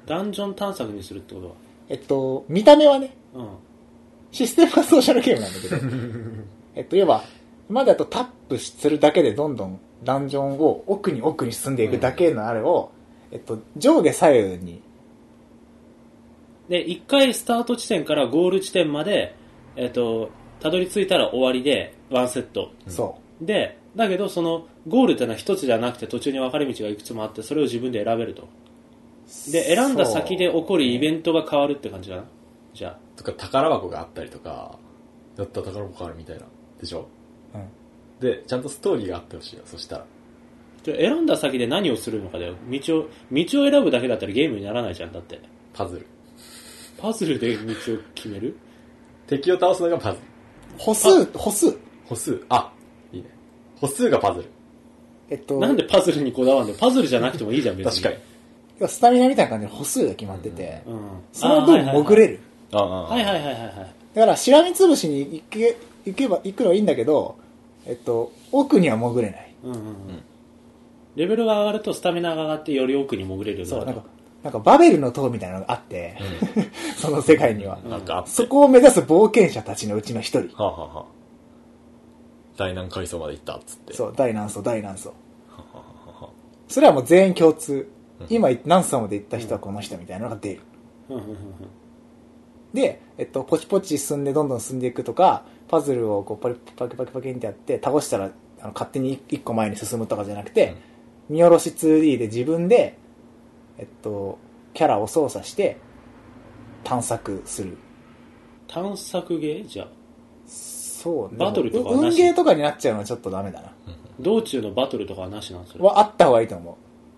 ダンジョン探索にするってこえっと、見た目はね、とは。うん。システムはソーシャルゲームなんだけど、えっと、いえば、今までだとタップするだけでどんどんダンジョンを奥に奥に進んでいくだけのあれを、えっと、上下左右に、で、一回スタート地点からゴール地点まで、えっ、と、たどり着いたら終わりで、ワンセット。そう。で、だけど、その、ゴールってのは一つじゃなくて途中に分かれ道がいくつもあって、それを自分で選べると。で、選んだ先で起こるイベントが変わるって感じかな。じゃあ。とか、宝箱があったりとか、やった宝箱あるみたいな。でしょうんで、ちゃんとストーリーがあってほしいよ、そしたら。じゃあ選んだ先で何をするのかだよ。道を、道を選ぶだけだったらゲームにならないじゃん、だって。パズル。パズルで道を決める敵を倒すのがパズル。歩数、歩数。歩数。あ、いいね。歩数がパズル。えっと、なんでパズルにこだわるんだよ。パズルじゃなくてもいいじゃん、別確かに。に。スタミナみたいな感じで歩数が決まってて、うん。その分潜れる。る。ああはいはいはいはいはい。だから、しらみつぶしに行け、行けば、行くのはいいんだけど、えっと、奥には潜れない。うんうんうん。レベルが上がるとスタミナが上がってより奥に潜れるようにそなう、るなんか、なんかバベルの塔みたいなのがあって、 (laughs) その世界には。なんかあってそこを目指す冒険者たちのうちの一人。はあ、はあはあ、第何階層まで行ったっつって。そう、大何層、大何層。それはもう全員共通。今何層まで行った人はこの人みたいなのが出る。うんうんうんうんで、えっと、ポチポチ進んでどんどん進んでいくとか、パズルをこうパリパキパキパキンってやって、倒したらあの勝手に一個前に進むとかじゃなくて、見下ろし 2D で自分で、えっと、キャラを操作して探索する。探索ゲーじゃあ。そうね。バトルとかは運なし運ゲーとかになっちゃうのはちょっとダメだな。道中のバトルとかはなしなんそれ。はあった方がいいと思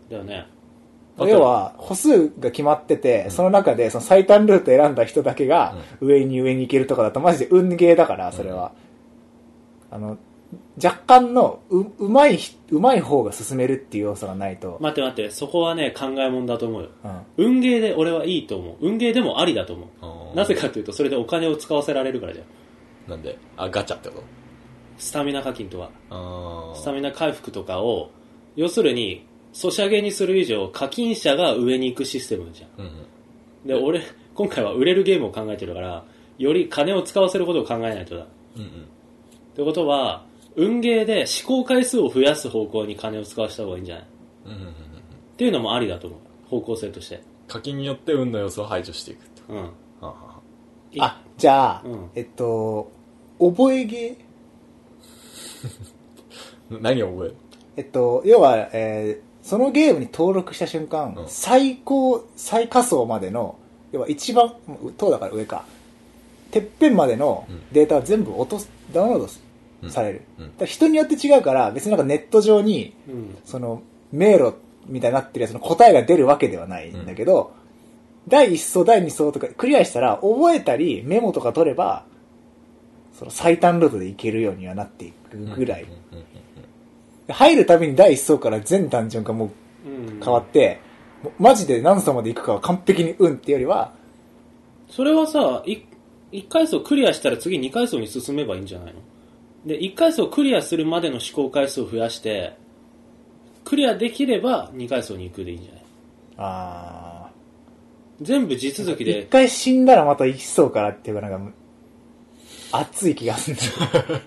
だよバね。トう。ル要は、歩数が決まってて、その中でその最短ルート選んだ人だけが、上に上に行けるとかだと、マジで運ゲーだから、それは。あの、若干のう、うまいひ、うまい方が進めるっていう要素がないと、待って待って、そこはね、考えもんだと思うよ。うん。運ゲーで俺はいいと思う。運ゲーでもありだと思あーう。なぜかというと、それでお金を使わせられるからじゃん。なんで、あ、ガチャってことスタミナ課金とは。あスターミナ回復とかを、要するに、ソシャゲにする以上、課金者が上に行くシステムじゃん。うんうん。で、俺、今回は売れるゲームを考えてるから、より金を使わせることを考えないとだ。うんうん。ってことは、運ゲーで試行回数を増やす方向に金を使わせた方がいいんじゃないっうんうんうんうん。ていうのもありだと思う。方向性として。課金によって運の要素を排除していくと。うん。はあはあはああ、じゃあ、うんえっと、覚えゲー何を覚えるえっと、要は、えーそのゲームに登録した瞬間、うん最高、最下層までの、要は一番、塔だから上か、てっぺんまでのうんデータは全部落とす、ダウンロードすうんされる。うんだから人によって違うから、別になんかネット上に、うん。その、迷路みたいになってるやつの答えが出るわけではないんだけど、第1層、第2層とかクリアしたら、覚えたりメモとか取れば、その最短ルートで行けるようにはなっていくぐらい。うんうんうん入るたびに第1層から全ダンジョンがもううん。変わって、もうマジで何層まで行くかは完璧に運っていうよりは、それはさ、い一階層クリアしたら次二階層に進めばいいんじゃないので、一階層クリアするまでの試行回数を増やして、クリアできれば二階層に行くでいいんじゃないあ全部地続きー一で、回死んだらまた1層からっていうかなんか、熱い気がするんだよ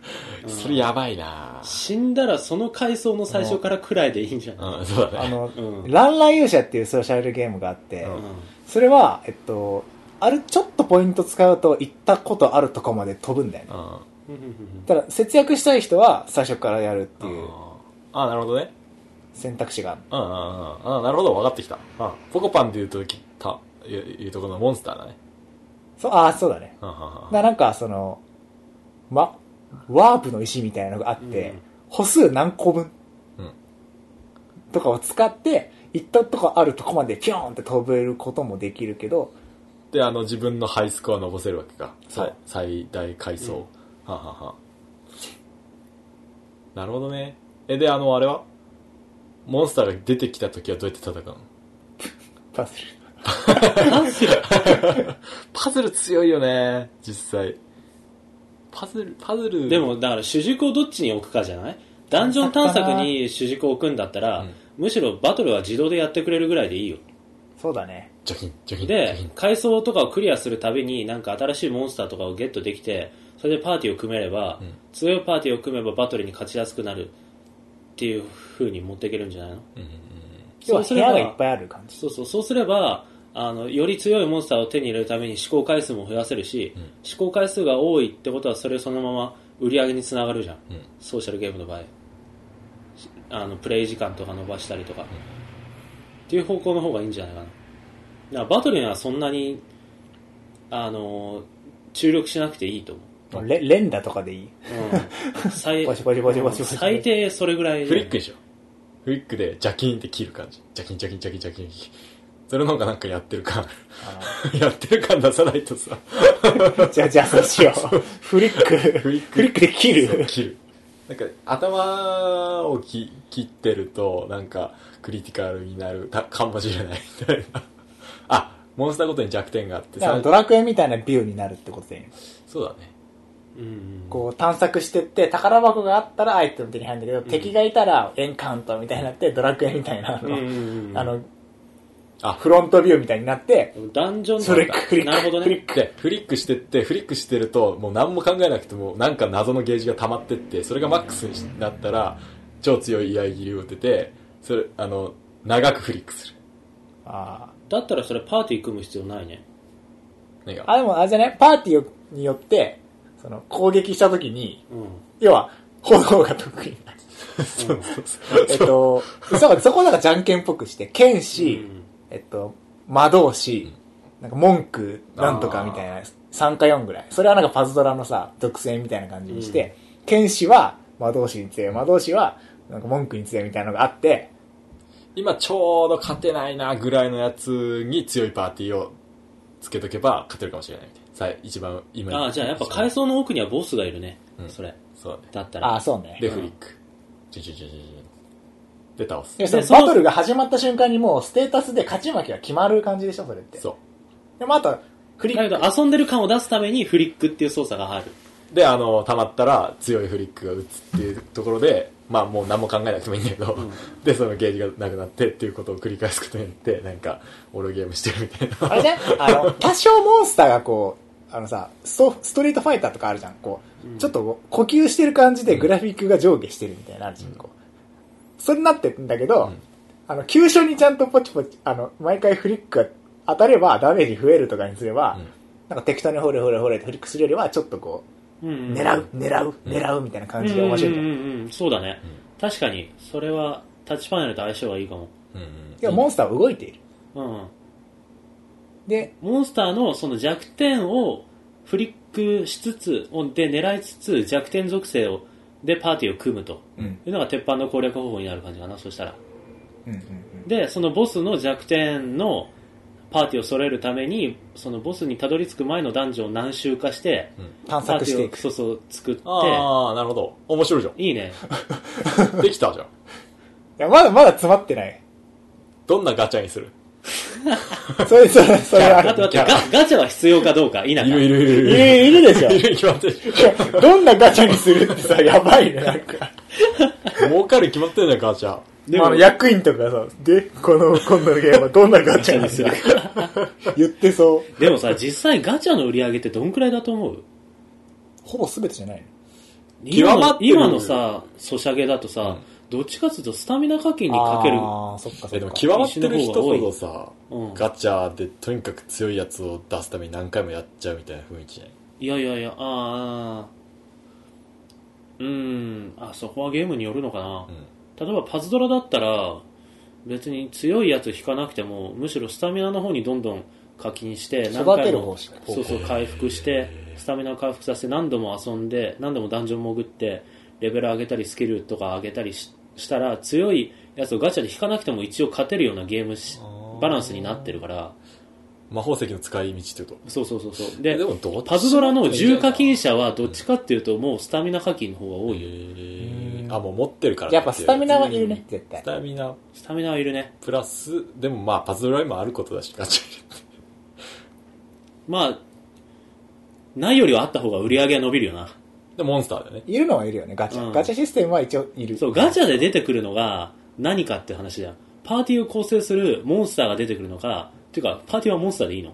うんそれやばいな死んだらその階層の最初からくらいでいいんじゃないうん、そうだあね。の、うんランラン勇者っていうソーシャルゲームがあって、うんそれは、えっと、ある、ちょっとポイント使うと行ったことあるとこまで飛ぶんだよね。あうんうんうんただ、節約したい人は最初からやるっていうあ、なるほどね。選択肢がある。うんうんうん。あなるほど、分かってきた。あポコパンで言うとき、た、いういうところのモンスターだね。そう、ああ、そうだね。うんうんだうかんらなんか、その、ま、ワープの石みたいなのがあって、うん歩数何個分、うんとかを使って、行ったとこあるとこまでピョーンって飛べることもできるけど、で、あの、自分のハイスコア残せるわけか。そうさ最大階層。うんはんはんはんなるほどね。え、で、あの、あれはモンスターが出てきたときはどうやって戦うのパズル。パズル強いよね、実際。パズル、パズル。で、もだから主軸をどっちに置くかじゃないダンジョン探索に主軸を置くんだったら、うんむしろバトルは自動でやってくれるぐらいでいいよそうだね。ジョキン、ジョキン、ジョキでン。階層とかをクリアするたびになんか新しいモンスターとかをゲットできてそれでパーティーを組めれば、うん強いパーティーを組めばバトルに勝ちやすくなるっていう風に持っていけるんじゃないのうんうん要はそ部うすれば屋がいっぱいある感じ。そうそうそうすればあのより強いモンスターを手に入れるために試行回数も増やせるし、うん試行回数が多いってことはそれをそのまま売り上げにつながるじゃんうんうん。ソーシャルゲームの場合しあのプレイ時間とか伸ばしたりとか、っていう方向の方がいいんじゃないかなだからバトルにはそんなにあの注力しなくていいと思もうレ連打とかでいい。う、 (laughs) うん、最バシバシバシバシバシ最低それぐらいフリックでしょフリックでジャキンって切る感じジャキンジャキンジャキンジャキンそれの方がなんかやってる感 (laughs) あやってる感出さないとさのじゃあ、じゃあそうしよう。フリック。フフリリックックで切そうる。切るなんか頭をき切ってるとなんかクリティカルになるたかもしれないみたいなあモンスターごとに弱点があってだからドラクエみたいなビューになるってことで、そうだねうんうんこう探索してって、宝箱があったらアイテム手に入るんだけど、敵がいたらエンカウントみたいになって、ドラクエみたいなあうんうの、んうんあの、あフロントビューみたいになって、ダンジョンとかそれクリックなるほどクリねッでフリックしてってフリックしてるともう何も考えなくてもなんか謎のゲージが溜まってってそれがマックスになったら超強い居合切りを打ててそれあの長くフリックするあだったらそれパーティー組む必要ないね何ーがあ、でもあれじゃないパーティーによって、その、攻撃した時に、うん要は、炎が得意な。そうそう (laughs) えそっうそうと、そうそこなんかじゃんけんっぽくして、剣士、うんえっと、魔導士、なんか文句、なんとかみたいな、3か4ぐらい。それはなんかパズドラのさ、属性みたいな感じにして、剣士は魔導士に強い、魔導士はなんか文句に強いみたいなのがあって、今ちょうど勝てないなぐらいのやつに強いパーティーをつけとけば勝てるかもしれないみたいなさ一番今ああじゃあやっぱ階層の奥にはボスがいるね、うんそれそうだねだったらああ、そうね。でフリックジュジュジュジュジュで倒すでそのでそのバトルが始まった瞬間にもうステータスで勝ち負けが決まる感じでしょ、それって。そうでもあと、クリだけッど遊んでる感を出すためにフリックっていう操作が入るで、あの、溜まったら強いフリックが打つっていうところで、まあもう何も考えなくてもいいんだけど、 (laughs) で、そのゲージがなくなってっていうことを繰り返すことによって、なんか、オロゲームしてるみたいあな。れね、あの、多少モンスターがこう、あのさ、ストストリートファイターとかあるじゃん。こう、ちょっとこう呼吸してる感じでグラフィックが上下してるみたいなのあるじゃん、こう。それになってんだけど、んあの、急所にちゃんとポチポチ、あの、毎回フリックが当たればダメージ増えるとかにすれば、うんなんか適当にホレホレホレってフリックするよりは、ちょっとこう、狙狙う、狙う、狙うみたいな感じで面白いじゃん。うんうんうんそうだね、確かに、それはタッチパネルと相性がいいかも。うんうんいや、モンスターは動いている。うん。で、モンスターのその弱点をフリックしつつ、で狙いつつ弱点属性を、でパーティーを組むと。うん。いうのが鉄板の攻略方法になる感じかな、そしたら。うんうんで、そのボスの弱点のパーティーを揃えるために、そのボスにたどり着く前のダンジョンを何周かして、探索していパーティーをく。そうそう作って、ああ、なるほど。面白いじゃいいね。ん。できたじゃん。いや、まだまだ詰まってない。どんなガチャにするそれ、それ、それあ待っる。て待って、ガガチャは必要かどうか、否か。いるいるいいるいる。る、いるでしょい。るに決まってる。いや (laughs) どんなガチャにするってさ、やばいね、なんか。儲かる決まってるじゃん、ガチャ。でまああの、役員とかさ、で、この、今度のゲームはどんなガチャにするか。 (laughs) 言ってそう。でもさ、実際ガチャの売り上げってどんくらいだと思うほぼ全てじゃない今極まのってる今のさ、ソシャゲだとさ、どっちかっていうとスタミナ課金にかける。ああ、そっかそっか。え、でも極まってる人ほどさ、うん、ガチャでとにかく強いやつを出すために何回もやっちゃうみたいな雰囲気じゃないいやいやいや、あーうーん、あそこはゲームによるのかな。例えばパズドラだったら、別に強いやつ引かなくても、むしろスタミナの方にどんどん課金して、育何て回る方も式そうそう回復して、スタミナを回復させて何度も遊んで、何度もダンジョン潜って、レベル上げたりスキルとか上げたりししたら、強いやつをガチャで引かなくても一応勝てるようなゲームしバランスになってるから、魔法石の使い道ってこそうそうそうそう。とでで、もどっちパズドラの重課金者者はどっちかっていうともうスタミナ課金の方が多いよ。あ、もう持ってるからやっぱスタミナナはいるね、絶対ス。タミナスタミナはいるね。プラス、でもまあパズドラにもあること (laughs) だし、ガチャまあ、ないよりはあった方が売り上げは伸びるよな。で、モンスターだよね。いるのはいるよね、ガチうんャ。ガチャシステムは一応いる。そう、ガチャで出てくるのが何かって話だよ。パーティーを構成するモンスターが出てくるのか、っていうか、パーティーはモンスターでいいの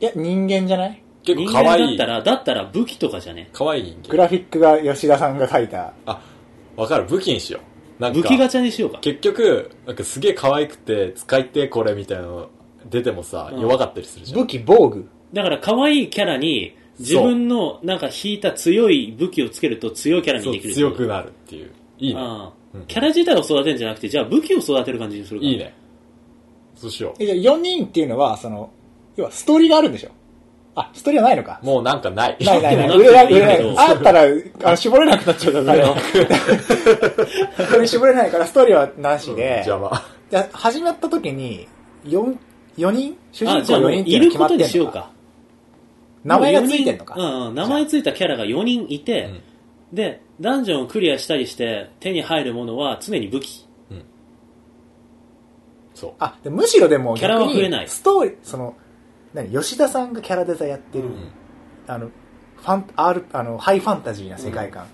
いや、人間じゃない結人構間可だ愛っいた。ら、だったら武器とかじゃね。可愛い人グ間。ラフィックが吉田さんが書いた。あ、わかる。武器にしよう。なんか、武器ガチャにしようか。結局、なんかすげえ可愛くて、使いてえこれみたいなの出てもさ、うん弱かったりするじゃん。武器、防具。だから、可愛いキャラに、自分のなんか引いた強い武器をつけると強いキャラにそでうきる。強くなるっていう。いいね。ああうんキャラ自体を育てるんじゃなくて、じゃあ武器を育てる感じにするか。いい。ね。そうしよえじゃあ4人っていうのは、その、要はストーリーがあるんでしょあ、ストーリーはないのかう。。もうなんかない。ないない (laughs) ない。なく売れてもない、なくて売れもないいいけ。どあったら、あの、絞れなくなっちゃう (laughs) から、これこれ絞れないから、ストーリーはなしで。邪魔。じゃあ始まった時に、4、4人主あ、人じゃ公あもう4人っていいうのる決まこっとにてしんよのうか。か。名前がついてんのか。うんうん、名前ついたキャラが4人いて、で、ダンジョンをクリアしたりして、手に入るものは常に武器。そう。あ、でむしろでもキャラは逆増えないに、ストーリー、その、何、吉田さんがキャラデザやってる、うんあの、ファン、R、あの、ハイファンタジーな世界観。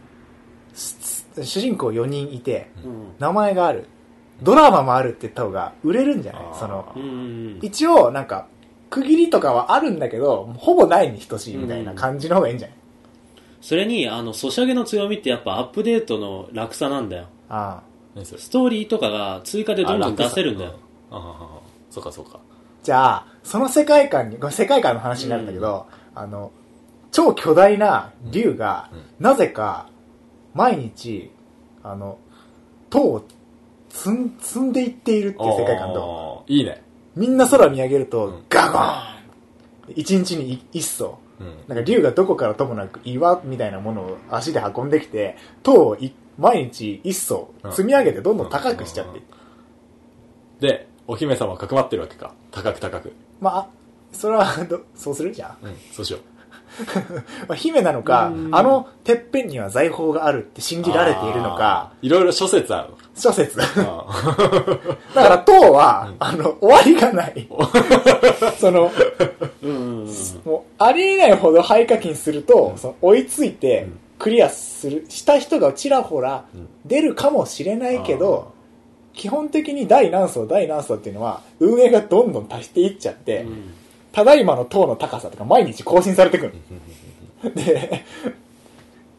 すす主人公4人いて、うん。名前がある。ドラマもあるって言った方が売れるんじゃないあーその、うんうん一応、なんか、区切りとかはあるんだけど、ほぼないに等しいみたいな感じの方がいいんじゃない、それに、あの、ソシャゲの強みってやっぱアップデートの落差なんだよ。ああ。何それストーリーとかが追加でどんどん出せるんだあよ。。楽さうんああああそうかそうか。じゃあ、その世界観に、これ世界観の話になるんだけど、あの、超巨大な竜が、うんうんなぜか、毎日、あの、塔を積ん積んでいっているっていう世界観と、ああいいね。みんな空を見上げると、んガゴーン一日にい一層。うん。なんか竜がどこからともなく岩みたいなものを足で運んできて、塔をい毎日一層積み上げてどんどん高くしちゃっていくで、お姫様かくまってるわけか。高く高く。まあ、それはど、そうするじゃん。うん。そうしよう。まあ、姫なのか、あのてっぺんには財宝があるって信じられているのあか、ー。いろいろ諸説あるのか諸説。 (laughs) だかあら塔は、あの、終わりがない。 (laughs) その、うんうんうん。もう、ありえないほど廃課金すると、その追いついてうん、クリアする、した人がちらほらうん出るかもしれなーいけど、、基本的に第何層、第何層っていうのは、運営がどんどん足していっちゃって、うんただいまの塔の高さとか毎日更新されてくる。で、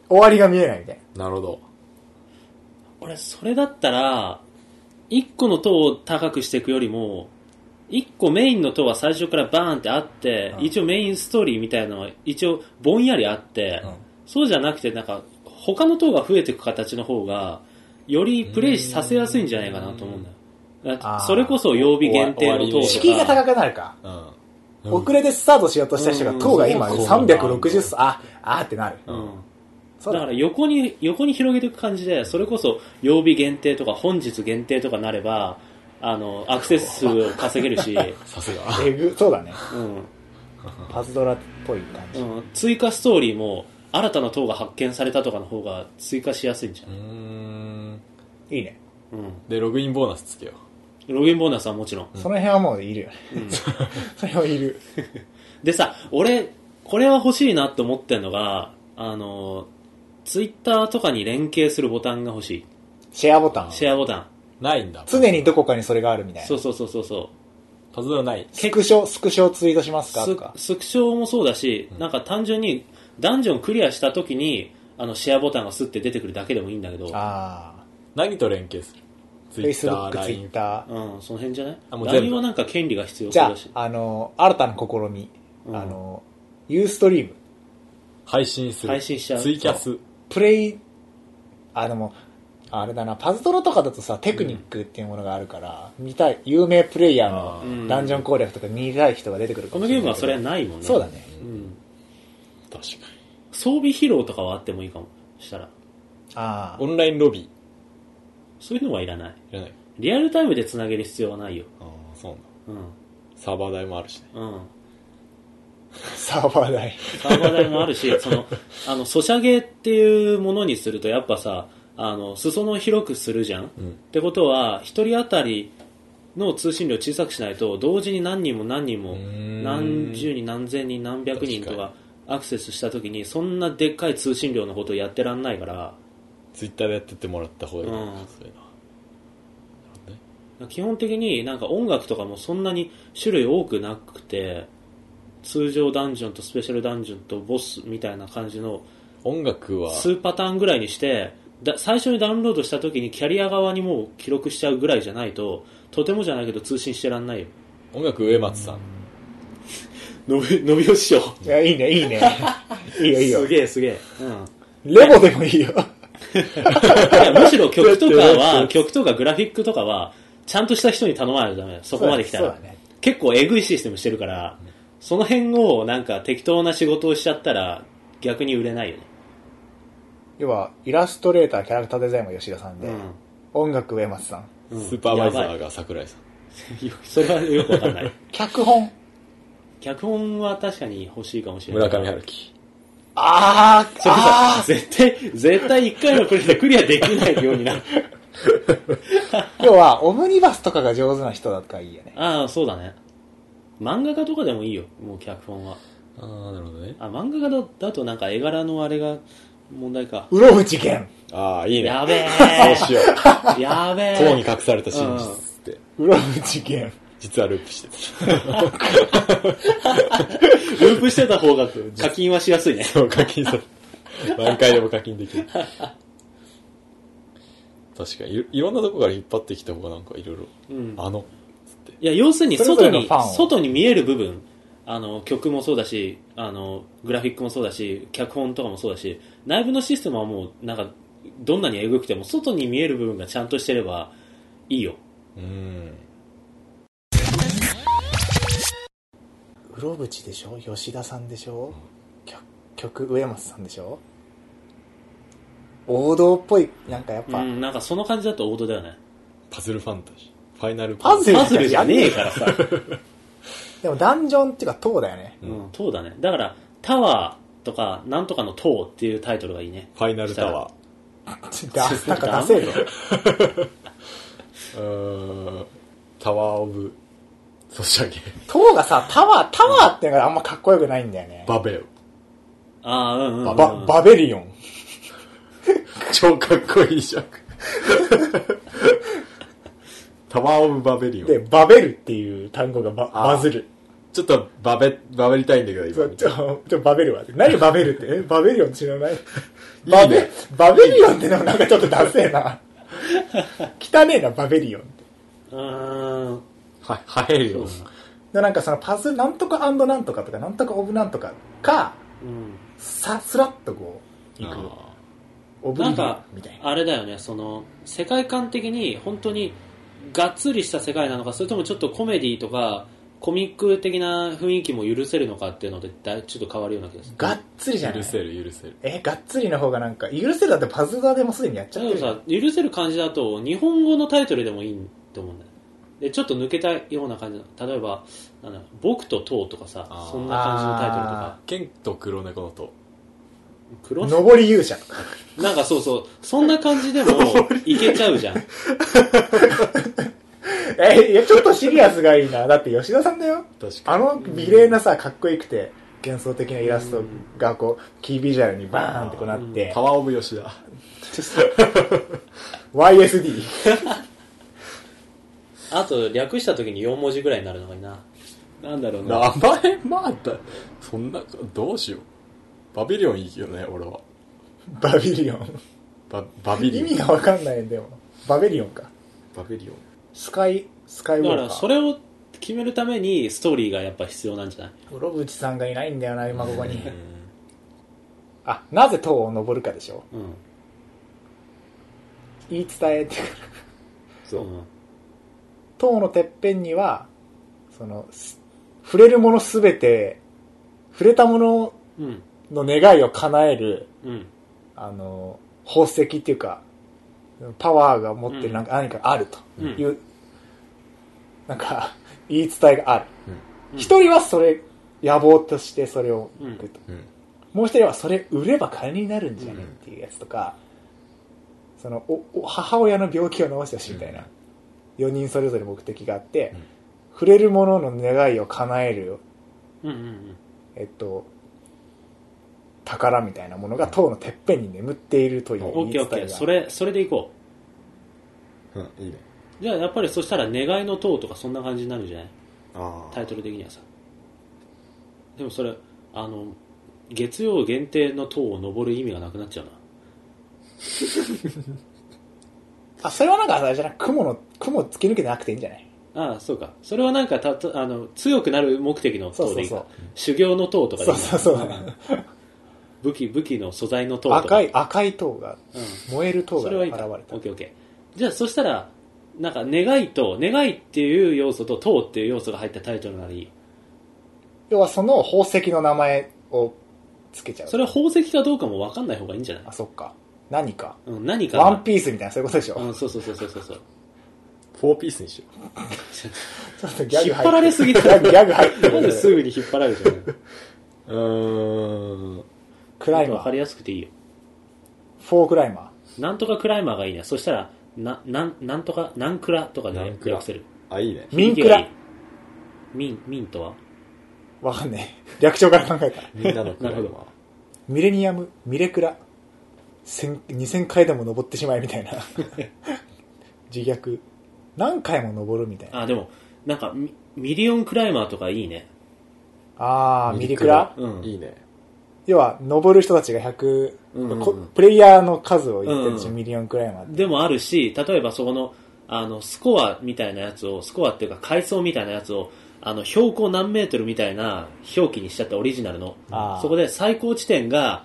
終わりが見えないみたいな。なるほど。俺、それだったら、1個の塔を高くしていくよりも、1個メインの塔は最初からバーンってあって、うん一応メインストーリーみたいなのは一応ぼんやりあって、うんそうじゃなくてなんか他の塔が増えていく形の方が、よりプレイさせやすいんじゃないかなと思うんだよ。だあーそれこそ曜日限定の塔敷敷居居がが高高くなるか。うん。遅れでスタートしようとした人が、塔が今うんそうなんだ360、あ、あーってなる。とか、うん。そうだだから横に、横に広げていく感じで、それこそ曜日限定とか本日限定とかなれば、あの、アクセス数を稼げるし、さすが。えぐ、そうだね。うん。パズドラっぽい感じ。うん、追加ストーリーも、新たな塔が発見されたとかの方が追加しやすいんじゃうない、ん。いいね。うん、で、ログインボーナスつけよログインボーナスはもちろん。その辺はもういるよね。 (laughs) それはいる。でさ、俺、これは欲しいなと思ってんのが、あの、ツイッターとかに連携するボタンが欲しい。シェアボタン。シェアボタン。う。ないんだ。常にどこかにそれがあるみたいそなう。そうそうそうそう。パズドラない。スクショ、スクショツイートしますかとか。ススクショもそうだし、なんか単純にダンジョンクリアした時にあのシェアボタンがスッて出てくるだけでもいいんだけど、うん、あ何と連携するあ。ツイッター、 Facebook、 LINE。 Twitter。その辺じゃないあもう全部 ?LINE はなんか権利が必要じそうゃだし。あ、あの、新たな試み。うんあの、ユーストリーム。配信する。配信しちゃうツイキャス。プレイ、あ、でも、あれだな、パズドラとかだとさ、テクニックっていうものがあるから、見たい、有名プレイヤーあのーダンジョン攻略とか見たい人が出てくるかこものしゲれーなムいけはどそれはないもんね。そうだね。うん。確かに。装備疲労とかはあってもいいかも。したら。あオンラインロビー。いそういうのはいらない。らない。リアルタイムで繋げる必要はないよ。ああ、そうなんだ。うん。サーバー代もあるしね。うん。あ、サーバー代。サーバー代もあ (laughs) るし、その、あの、ソシャゲっていうものにすると、やっぱさ、あの、裾野を広くするじゃん。んってことは、一人当たりの通信量を小さくしないと、同時に何人も何人も、ん何十人、何千人、何百人と確かアクセスした時に、そんなでっかい通信量のことやってらんないから、ツイッターでやってってもらった方がいいな。うんそういうのはなるほどね基本的になんか音楽とかもそんなに種類多くなくて、通常ダンジョンとスペシャルダンジョンとボスみたいな感じの音楽は、数パターンぐらいにしてだ最初にダウンロードした時にキャリア側にもう記録しちゃうぐらいじゃないととてもじゃないけど通信してらんないよ音楽上松さん。伸び伸びよしよいや、いいね、いい (laughs) ね。いいよ、いいよす。げえすげえ、うん、レボでもいいよ。いやむしろ曲とかやってやって (laughs) は曲とかグラフィックとかはちゃんとした人に頼まないとダメだよそこまで来たそうら、だね。結構えぐいシステムしてるからその辺をなんか適当な仕事をしちゃったら逆に売れな (laughs) いよね要は、イラストレーター、キャラクターデザインも吉田さんで、音楽上松さん。うん、うんスーパーバイザやばーが桜井さん。いそれはよくわかんない (laughs) 脚本。脚本は確かに欲しいかもしれな村い上春樹。あー、それさあ、絶対、絶対一回のプレイでクリアできないよう (laughs) になる。ー。要は、オムニバスとかが上手な人だったらいいよね。ああ、そうだね。漫画家とかでもいいよ、もう脚本は。ああ、なるほどね。あ、漫画家だだとなんか絵柄のあれが問題か。うろうちげん。ああ、いいね。やべえそうしよう。 (laughs) やべえ塔に隠された真実って、うろうちげん。実はループしてた。ループしてた方が課金はしやすいね。そう、課金され何回でも課金できる。確かにい、いろんなとこから引っ張ってきた方がなんかいろいろ、うん。あの、いや、要するにそれぞ外れのに、ファンを外に見える部分、あの、曲もそうだし、あの、グラフィックもそうだし、脚本とかもそうだし、内部のシステムはもう、なんか、どんなにえぐくても、外に見える部分がちゃんとしてればいいよ。うん。うろぶちでしょ吉田さんでしょ曲曲上松さんでしょ王道っぽいなんかやっうぱ、ん、なんかその感じだと王道だよね。パズルファンタジー。ファイナルパズルパズルじゃねえからさ。でもダンジョンっていうか塔だよ (laughs) ねうん、塔だね。だから、タワーとか、なんとかの塔っていうタイトルがいいね。ファイナルタワだなんか出せるー。うーん。タワーオブ、ソシャゲ、塔がさタワータワーっていうのがあんまかっこよくないんだよねバベル。ああ、うんうん、うん。ババベリオン超かっこいいじゃん。タワーオブバベリオでン。バベルっていう単語がバあーバズるちょっとバベ、バベりたいんだけど、ち今ょ。ちょちょバベルは何バベルってえバベリオン知らないバベいいねバベリオンってでもなんかちょっとダセえな汚ねえなバベリオンってうーん。は、はえるよ。でなんかそのパズルなんとかなんとかとかなんとかオブなんとかかうん。さスラッとこういくあオブなリんビオンかみたいなあれだよねその世界観的に本当にがっつりした世界なのかそれともちょっとコメディとかコミック的な雰囲気も許せるのかっていうのでだいちょっと変わるような気がするがっつりじゃな許いせる許せるえがっつりの方がなんか許せるだってパズドラでもすでにやっちゃだっけてどるじゃんさ許せる感じだと日本語のタイトルでもいいと思うんだよでちょっと抜けたような感じの例えばなんだろう僕と塔とかさあーそんな感じのタイトルとか剣と黒猫のと黒の上り勇者 (laughs) なんかそうそうそんな感じ (laughs) でもいけちゃうじゃんえいやちょっとシリアスがいいなだって吉田さんだよ確かあの美麗なさかっこよくて幻想的なイラストがこうキービジュアルにバーンってこうなって、にパワーオブ吉田 YSD あと略した時に4文字ぐらいになるのがいいななんだろう (laughs) 名な前まあだそんなどうしようバビリオンいいよね俺はバビリオンババビリ意オン味がわかんないんだよバベリオンかバビリオンスカイスカイウォだかーらカそーれを決めるためにストーリーがやっぱ必要なんじゃない室伏さんがいないんだよな今ここにうんあなぜ塔を登るかでしょうん言い伝えっていうかそうん塔のてっぺんにはそのす触れるものすべて触れたものうんの願いを叶えるうんあの宝石っていうかパワーが持ってるなんか何かあるという、なんか言い伝えがあるうん一、人はそれ野望としてそれを行くと、うんもう一人はそれ売れば金になるんじゃねっていうやつとか、そのおお母親の病気を治してほしいみたいな、4人それぞれ目的があって、うん触れるものの願いを叶える、うんうんえっと、宝みたいなものが塔のてっぺんに眠っているといううんオッケーオッケーそれれそれでいこうんいいねうじゃあやっぱりそしたら「願いの塔」とかそんな感じになるんじゃないあタイトル的にはさでもそれあの月曜限定の塔を登る意味がなくなっちゃうなあそれはなんかあれじゃない雲の雲を突き抜けてなくていいんじゃないああそうかそれはなんかたとあの強くなる目的のそう塔そでういいかそう修行の塔とかそでいういなそうそう、武器武器の素材の塔とか赤い赤い塔がうん、燃える塔そがれはいい現れかオたッケーオッケーじゃあそしたらなんか願いと願いっていう要素と塔っていう要素が入ったタイトルならいい要はその宝石の名前をつけちゃうそれは宝石かどうかも分かんない方がいいんじゃないあ、そっか。何か。うん、何かがワンピースみたいな、そういうことでしょ。うん、そうそうそうそうそう (laughs) そうーフォーピースにしよちょっとギャグ入って引っ張られすぎ (laughs) だギャグギャグ入ってなんですぐに引っ張られちゃうのううーんクライ分マかー。りやすくていいよフォークライマなんとかクライマーがいいねそしたらななんなんとかなんクラとかでなんクラ訳せるあいいねー。ミンクラ。ミンミンとはわかんねえ。略称から考えた。みんなのクライマな (laughs) るーミレニアム、ミレクラ。千2000回でも登ってしまえみたいな。 (laughs) 自虐。何回も登るみたいな。あでもなんかミミリオンクライマーとかいいねあー、ミリクラうんいいね要は、登る人たちが100、うんうんうんこプレイヤーの数を言ってるでしょ、うんミリオンクライマーって。でもあるし、例えばそこの、あの、スコアみたいなやつを、スコアっていうか階層みたいなやつを、あの、標高何メートルみたいな表記にしちゃったオリジナルのあ。ーそこで最高地点が、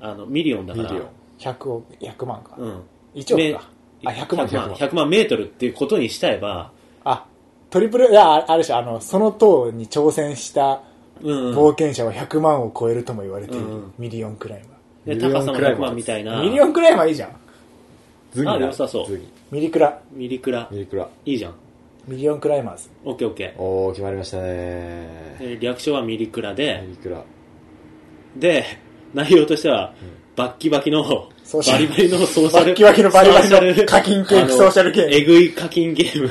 あの、ミリオンだかミら。リオン100億、100万か。うん。一1億か。めあ、100万、100 100万。万。 100万メートルっていうことにしちゃえば、あ、トリプル、いや、ああれでしょ、あの、その塔に挑戦したうん、冒険者は100万を超えるとも言われている、うんうんミリオンクライマで、ミリオン高さもクライマー100万みたいな。ー。ミリオンクライマーいいじゃん。ズギあだ良さそうズギミリクラ。ミリクラミ。リクラいいじゃん。ミリオンクライマーズ。オッケーオッケおお決まりましたー。ねで略称はミリクラミで、リクラで、内容としては、バッキバキの、ソーシャバリルバリのソーシャバル。ッキバキのバリバリソーシャのル課金系ソーシャルゲームえぐい課金ゲーム。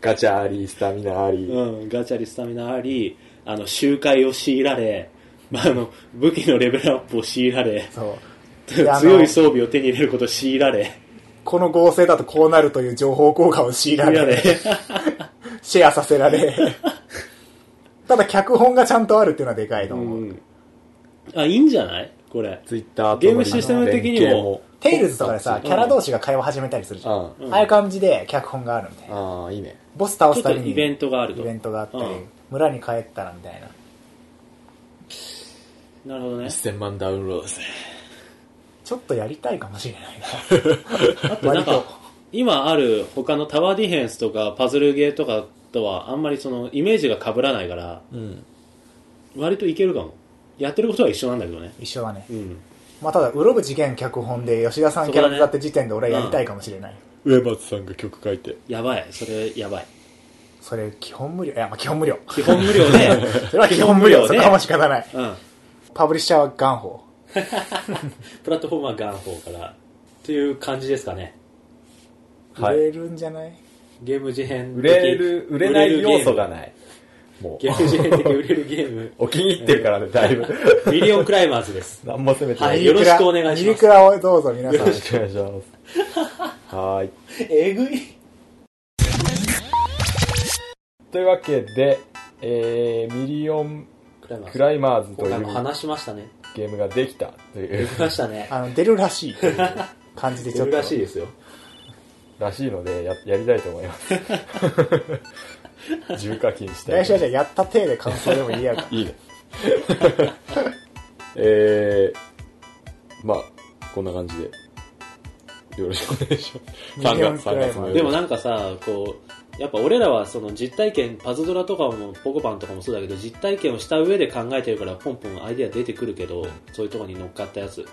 ガチャありスタミナあり、うん、ガチャリスタミナあり、あの、周回を強いられ、まあ、あの、武器のレベルアップを強いられ、そう。 (laughs) であの強い装備を手に入れることを強いられ、この合成だとこうなるという情報交換を強いら強いられ、れ、シェアさせら (laughs) れ。ただ脚本がちゃんとあるっていうのはでかいと思う。うん。あ、いいんじゃないこれ。ツイッターゲームシステム的にもテイルズとかでうさん、キャラ同士が会話始めたりするじゃん。うんああいう感じで脚本があるみたいな。ああいいねボス倒ちすょっとたびにイベントがあると。イベントがあったり、うん村に帰ったらみたいな。なるほどね。 1000万ダウンロードですねちょっとやりたいかもしれないな。 (laughs) あとなん割かと今ある他のタワーディフェンスとかパズルゲーとかとはあんまりそのイメージが被らないからうん。割といけるかもやってることは一緒なんだけどね一緒はねう。んまあただ、うろぶ事件脚本で吉田さんキャラそこだねだって時点で俺はやりたいかもしれない。上松さんが曲書いて。やばいそれ (laughs) やばいそれ、基本無料。いや、まあ基本無料。 (laughs) 基本無料ねそれは基本無料。そ基本無料ねれはもう仕方ない。 (laughs) うんパブリッシャーは元宝。プラットフォーマーガン方からという感じですかねはい売れるんじゃないゲーム事変的売れる、売れない要素がない。もゲームゲーム事変的売れるゲーム (laughs) う、お気に入ってるからね、だいぶ。 (laughs) ミリオンクライマーズです何も攻めてな。はいいよろしくお願いしますミリクラをどうぞ皆さん。よろしくお願いします。はーい。えぐいというわけで、えー、ミリオンクライマークズライマーズとい今回うも話しましたねゲームができたという話しましたねあの、出るらしいという感じでちょっと。珍しいですよらしいのでや、やりたいと思います。 (laughs) 重課金したいと思来週はいじま。ゃあやった体で感想でも言い合うかす。いいね。えー、まあ、こんな感じで、よろしくお願いします。3ミリオン月、クライ3マー月の夜でもなんかさこうやっぱ俺らはその実体験パズドラとかもポコパンとかもそうだけど実体験をした上で考えてるからポンポンアイデア出てくるけどそういうとこに乗っかったやつ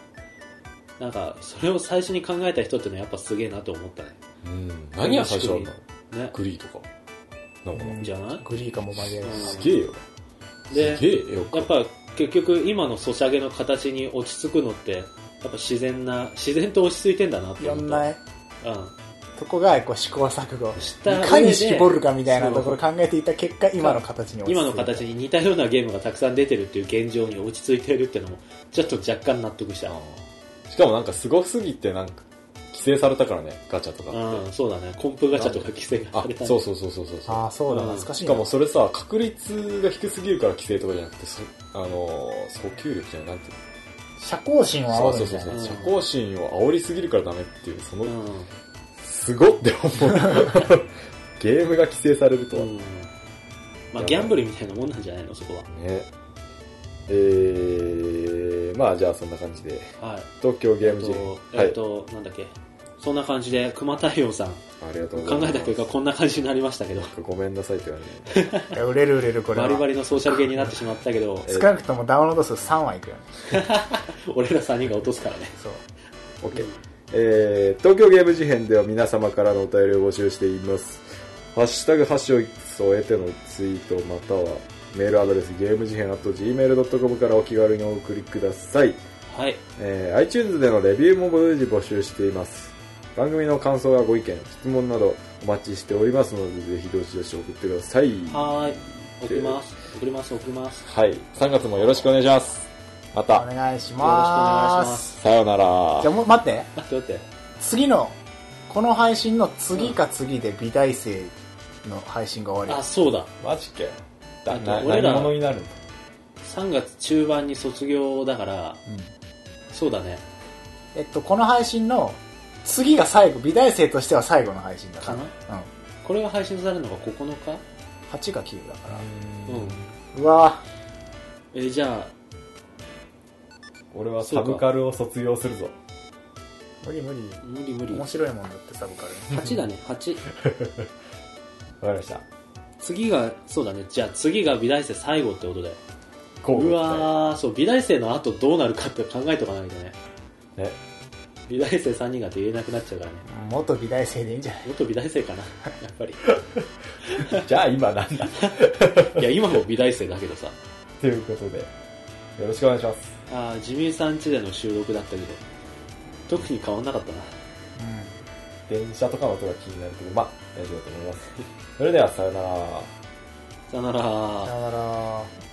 なんかそれを最初に考えた人ってのはやっぱすげえなと思ったねうん。何が最初なんだろねうグリーとか。なんかね、 (laughs) じゃないグリーかも紛れる。すげえよ。ですげえよ。やっぱ結局今のソシャゲの形に落ち着くのってやっぱ自然な自然と落ち着いてんだなっていろ思んったなとこがこう試行錯誤した上でいかに絞るかみたいなところを考えていた結果今の形にうん、今の形にに似たようなゲームがたくさん出てるっていう現状に落ち着いてるってのもちょっと若干納得したしかもなんかすごすぎてなんか、規制されたからね、ガチャとかって。うん、そうだね。コンプガチャとか規制があされ、たそうそそうそうそうそうそう。ああそうだうん懐かしいしなかもそれさ、確率が低すぎるから規制とかじゃなくて、そあのー、訴求力じゃない、なんていうの社交心をそうそう煽るみそうたいそなう。うん社交心を煽りすぎるからダメっていう、そのう、ん。すごって思う。ゲームが規制されるとは。うね。ん。まあ、ギャンブルみたいなもんなんじゃないの、そこえー、まあじゃあそんな感じで、は。はい。東京ゲえーっムと人、、えっと、なんだっけ。そんな感じで、熊太陽さん、はい、ありがとうござい考ます。えた結果こんな感じになりましたけど、ごめんなさいって言われて。いや売れる売れるこれバリバはリのソーシャルゲーになってしまったけど、リ少なくともダウンロード数3はいくよね俺ら3人が落とすからね。そう OK、えー、東京ゲーム事変では皆様からのお便りを募集していますハッシュタグハッシュを添えてのツイートまたはメールアドレスゲーム事変 at gmail.com からお気軽にお送りください、はい。えー iTunes でのレビューも随時募集しています番組の感想やご意見質問などお待ちしておりますのでぜひどしどし送ってくださいはーい。送ります。送ります、送ります。よはい3月もよろしくお願いしますまおた願いしろしくお願まいしますす。さよならじゃあもう待ってあ、ちょっと待って。次のこの配信の次か次で美大生の配信が終わあ、そうだ。マジかよだな俺ら何者になるんだ3月中盤に卒業だから、そうだね。りえっとこの配信の次が最後美大生としては最後の配信だからかうんこれが配信されるのが9日8か9だからうん。うわえーじゃあ、俺はササブブカカルを卒業するぞ無理無理無理無理面。白いもんだってサブカル8だね、8。わかりました次が、そうだね、じゃあ次が美大生最後ってことだよ。交互う期わー、そう、美大生の後どうなるかって考えとかないとね。待ね美大生3人がって言えなくなっちゃうからね。元美大生でいいんじゃない元美大生かな、やっぱり。じゃあ今なんだいや、今も美大生だけどさ。ということでよろしくお願いしますあー、ジミーさん家での収録だったけど、特に変わんなかったな。電車とかの音が気になるけどまあ大丈夫だと思いますそれではさよならさよならだから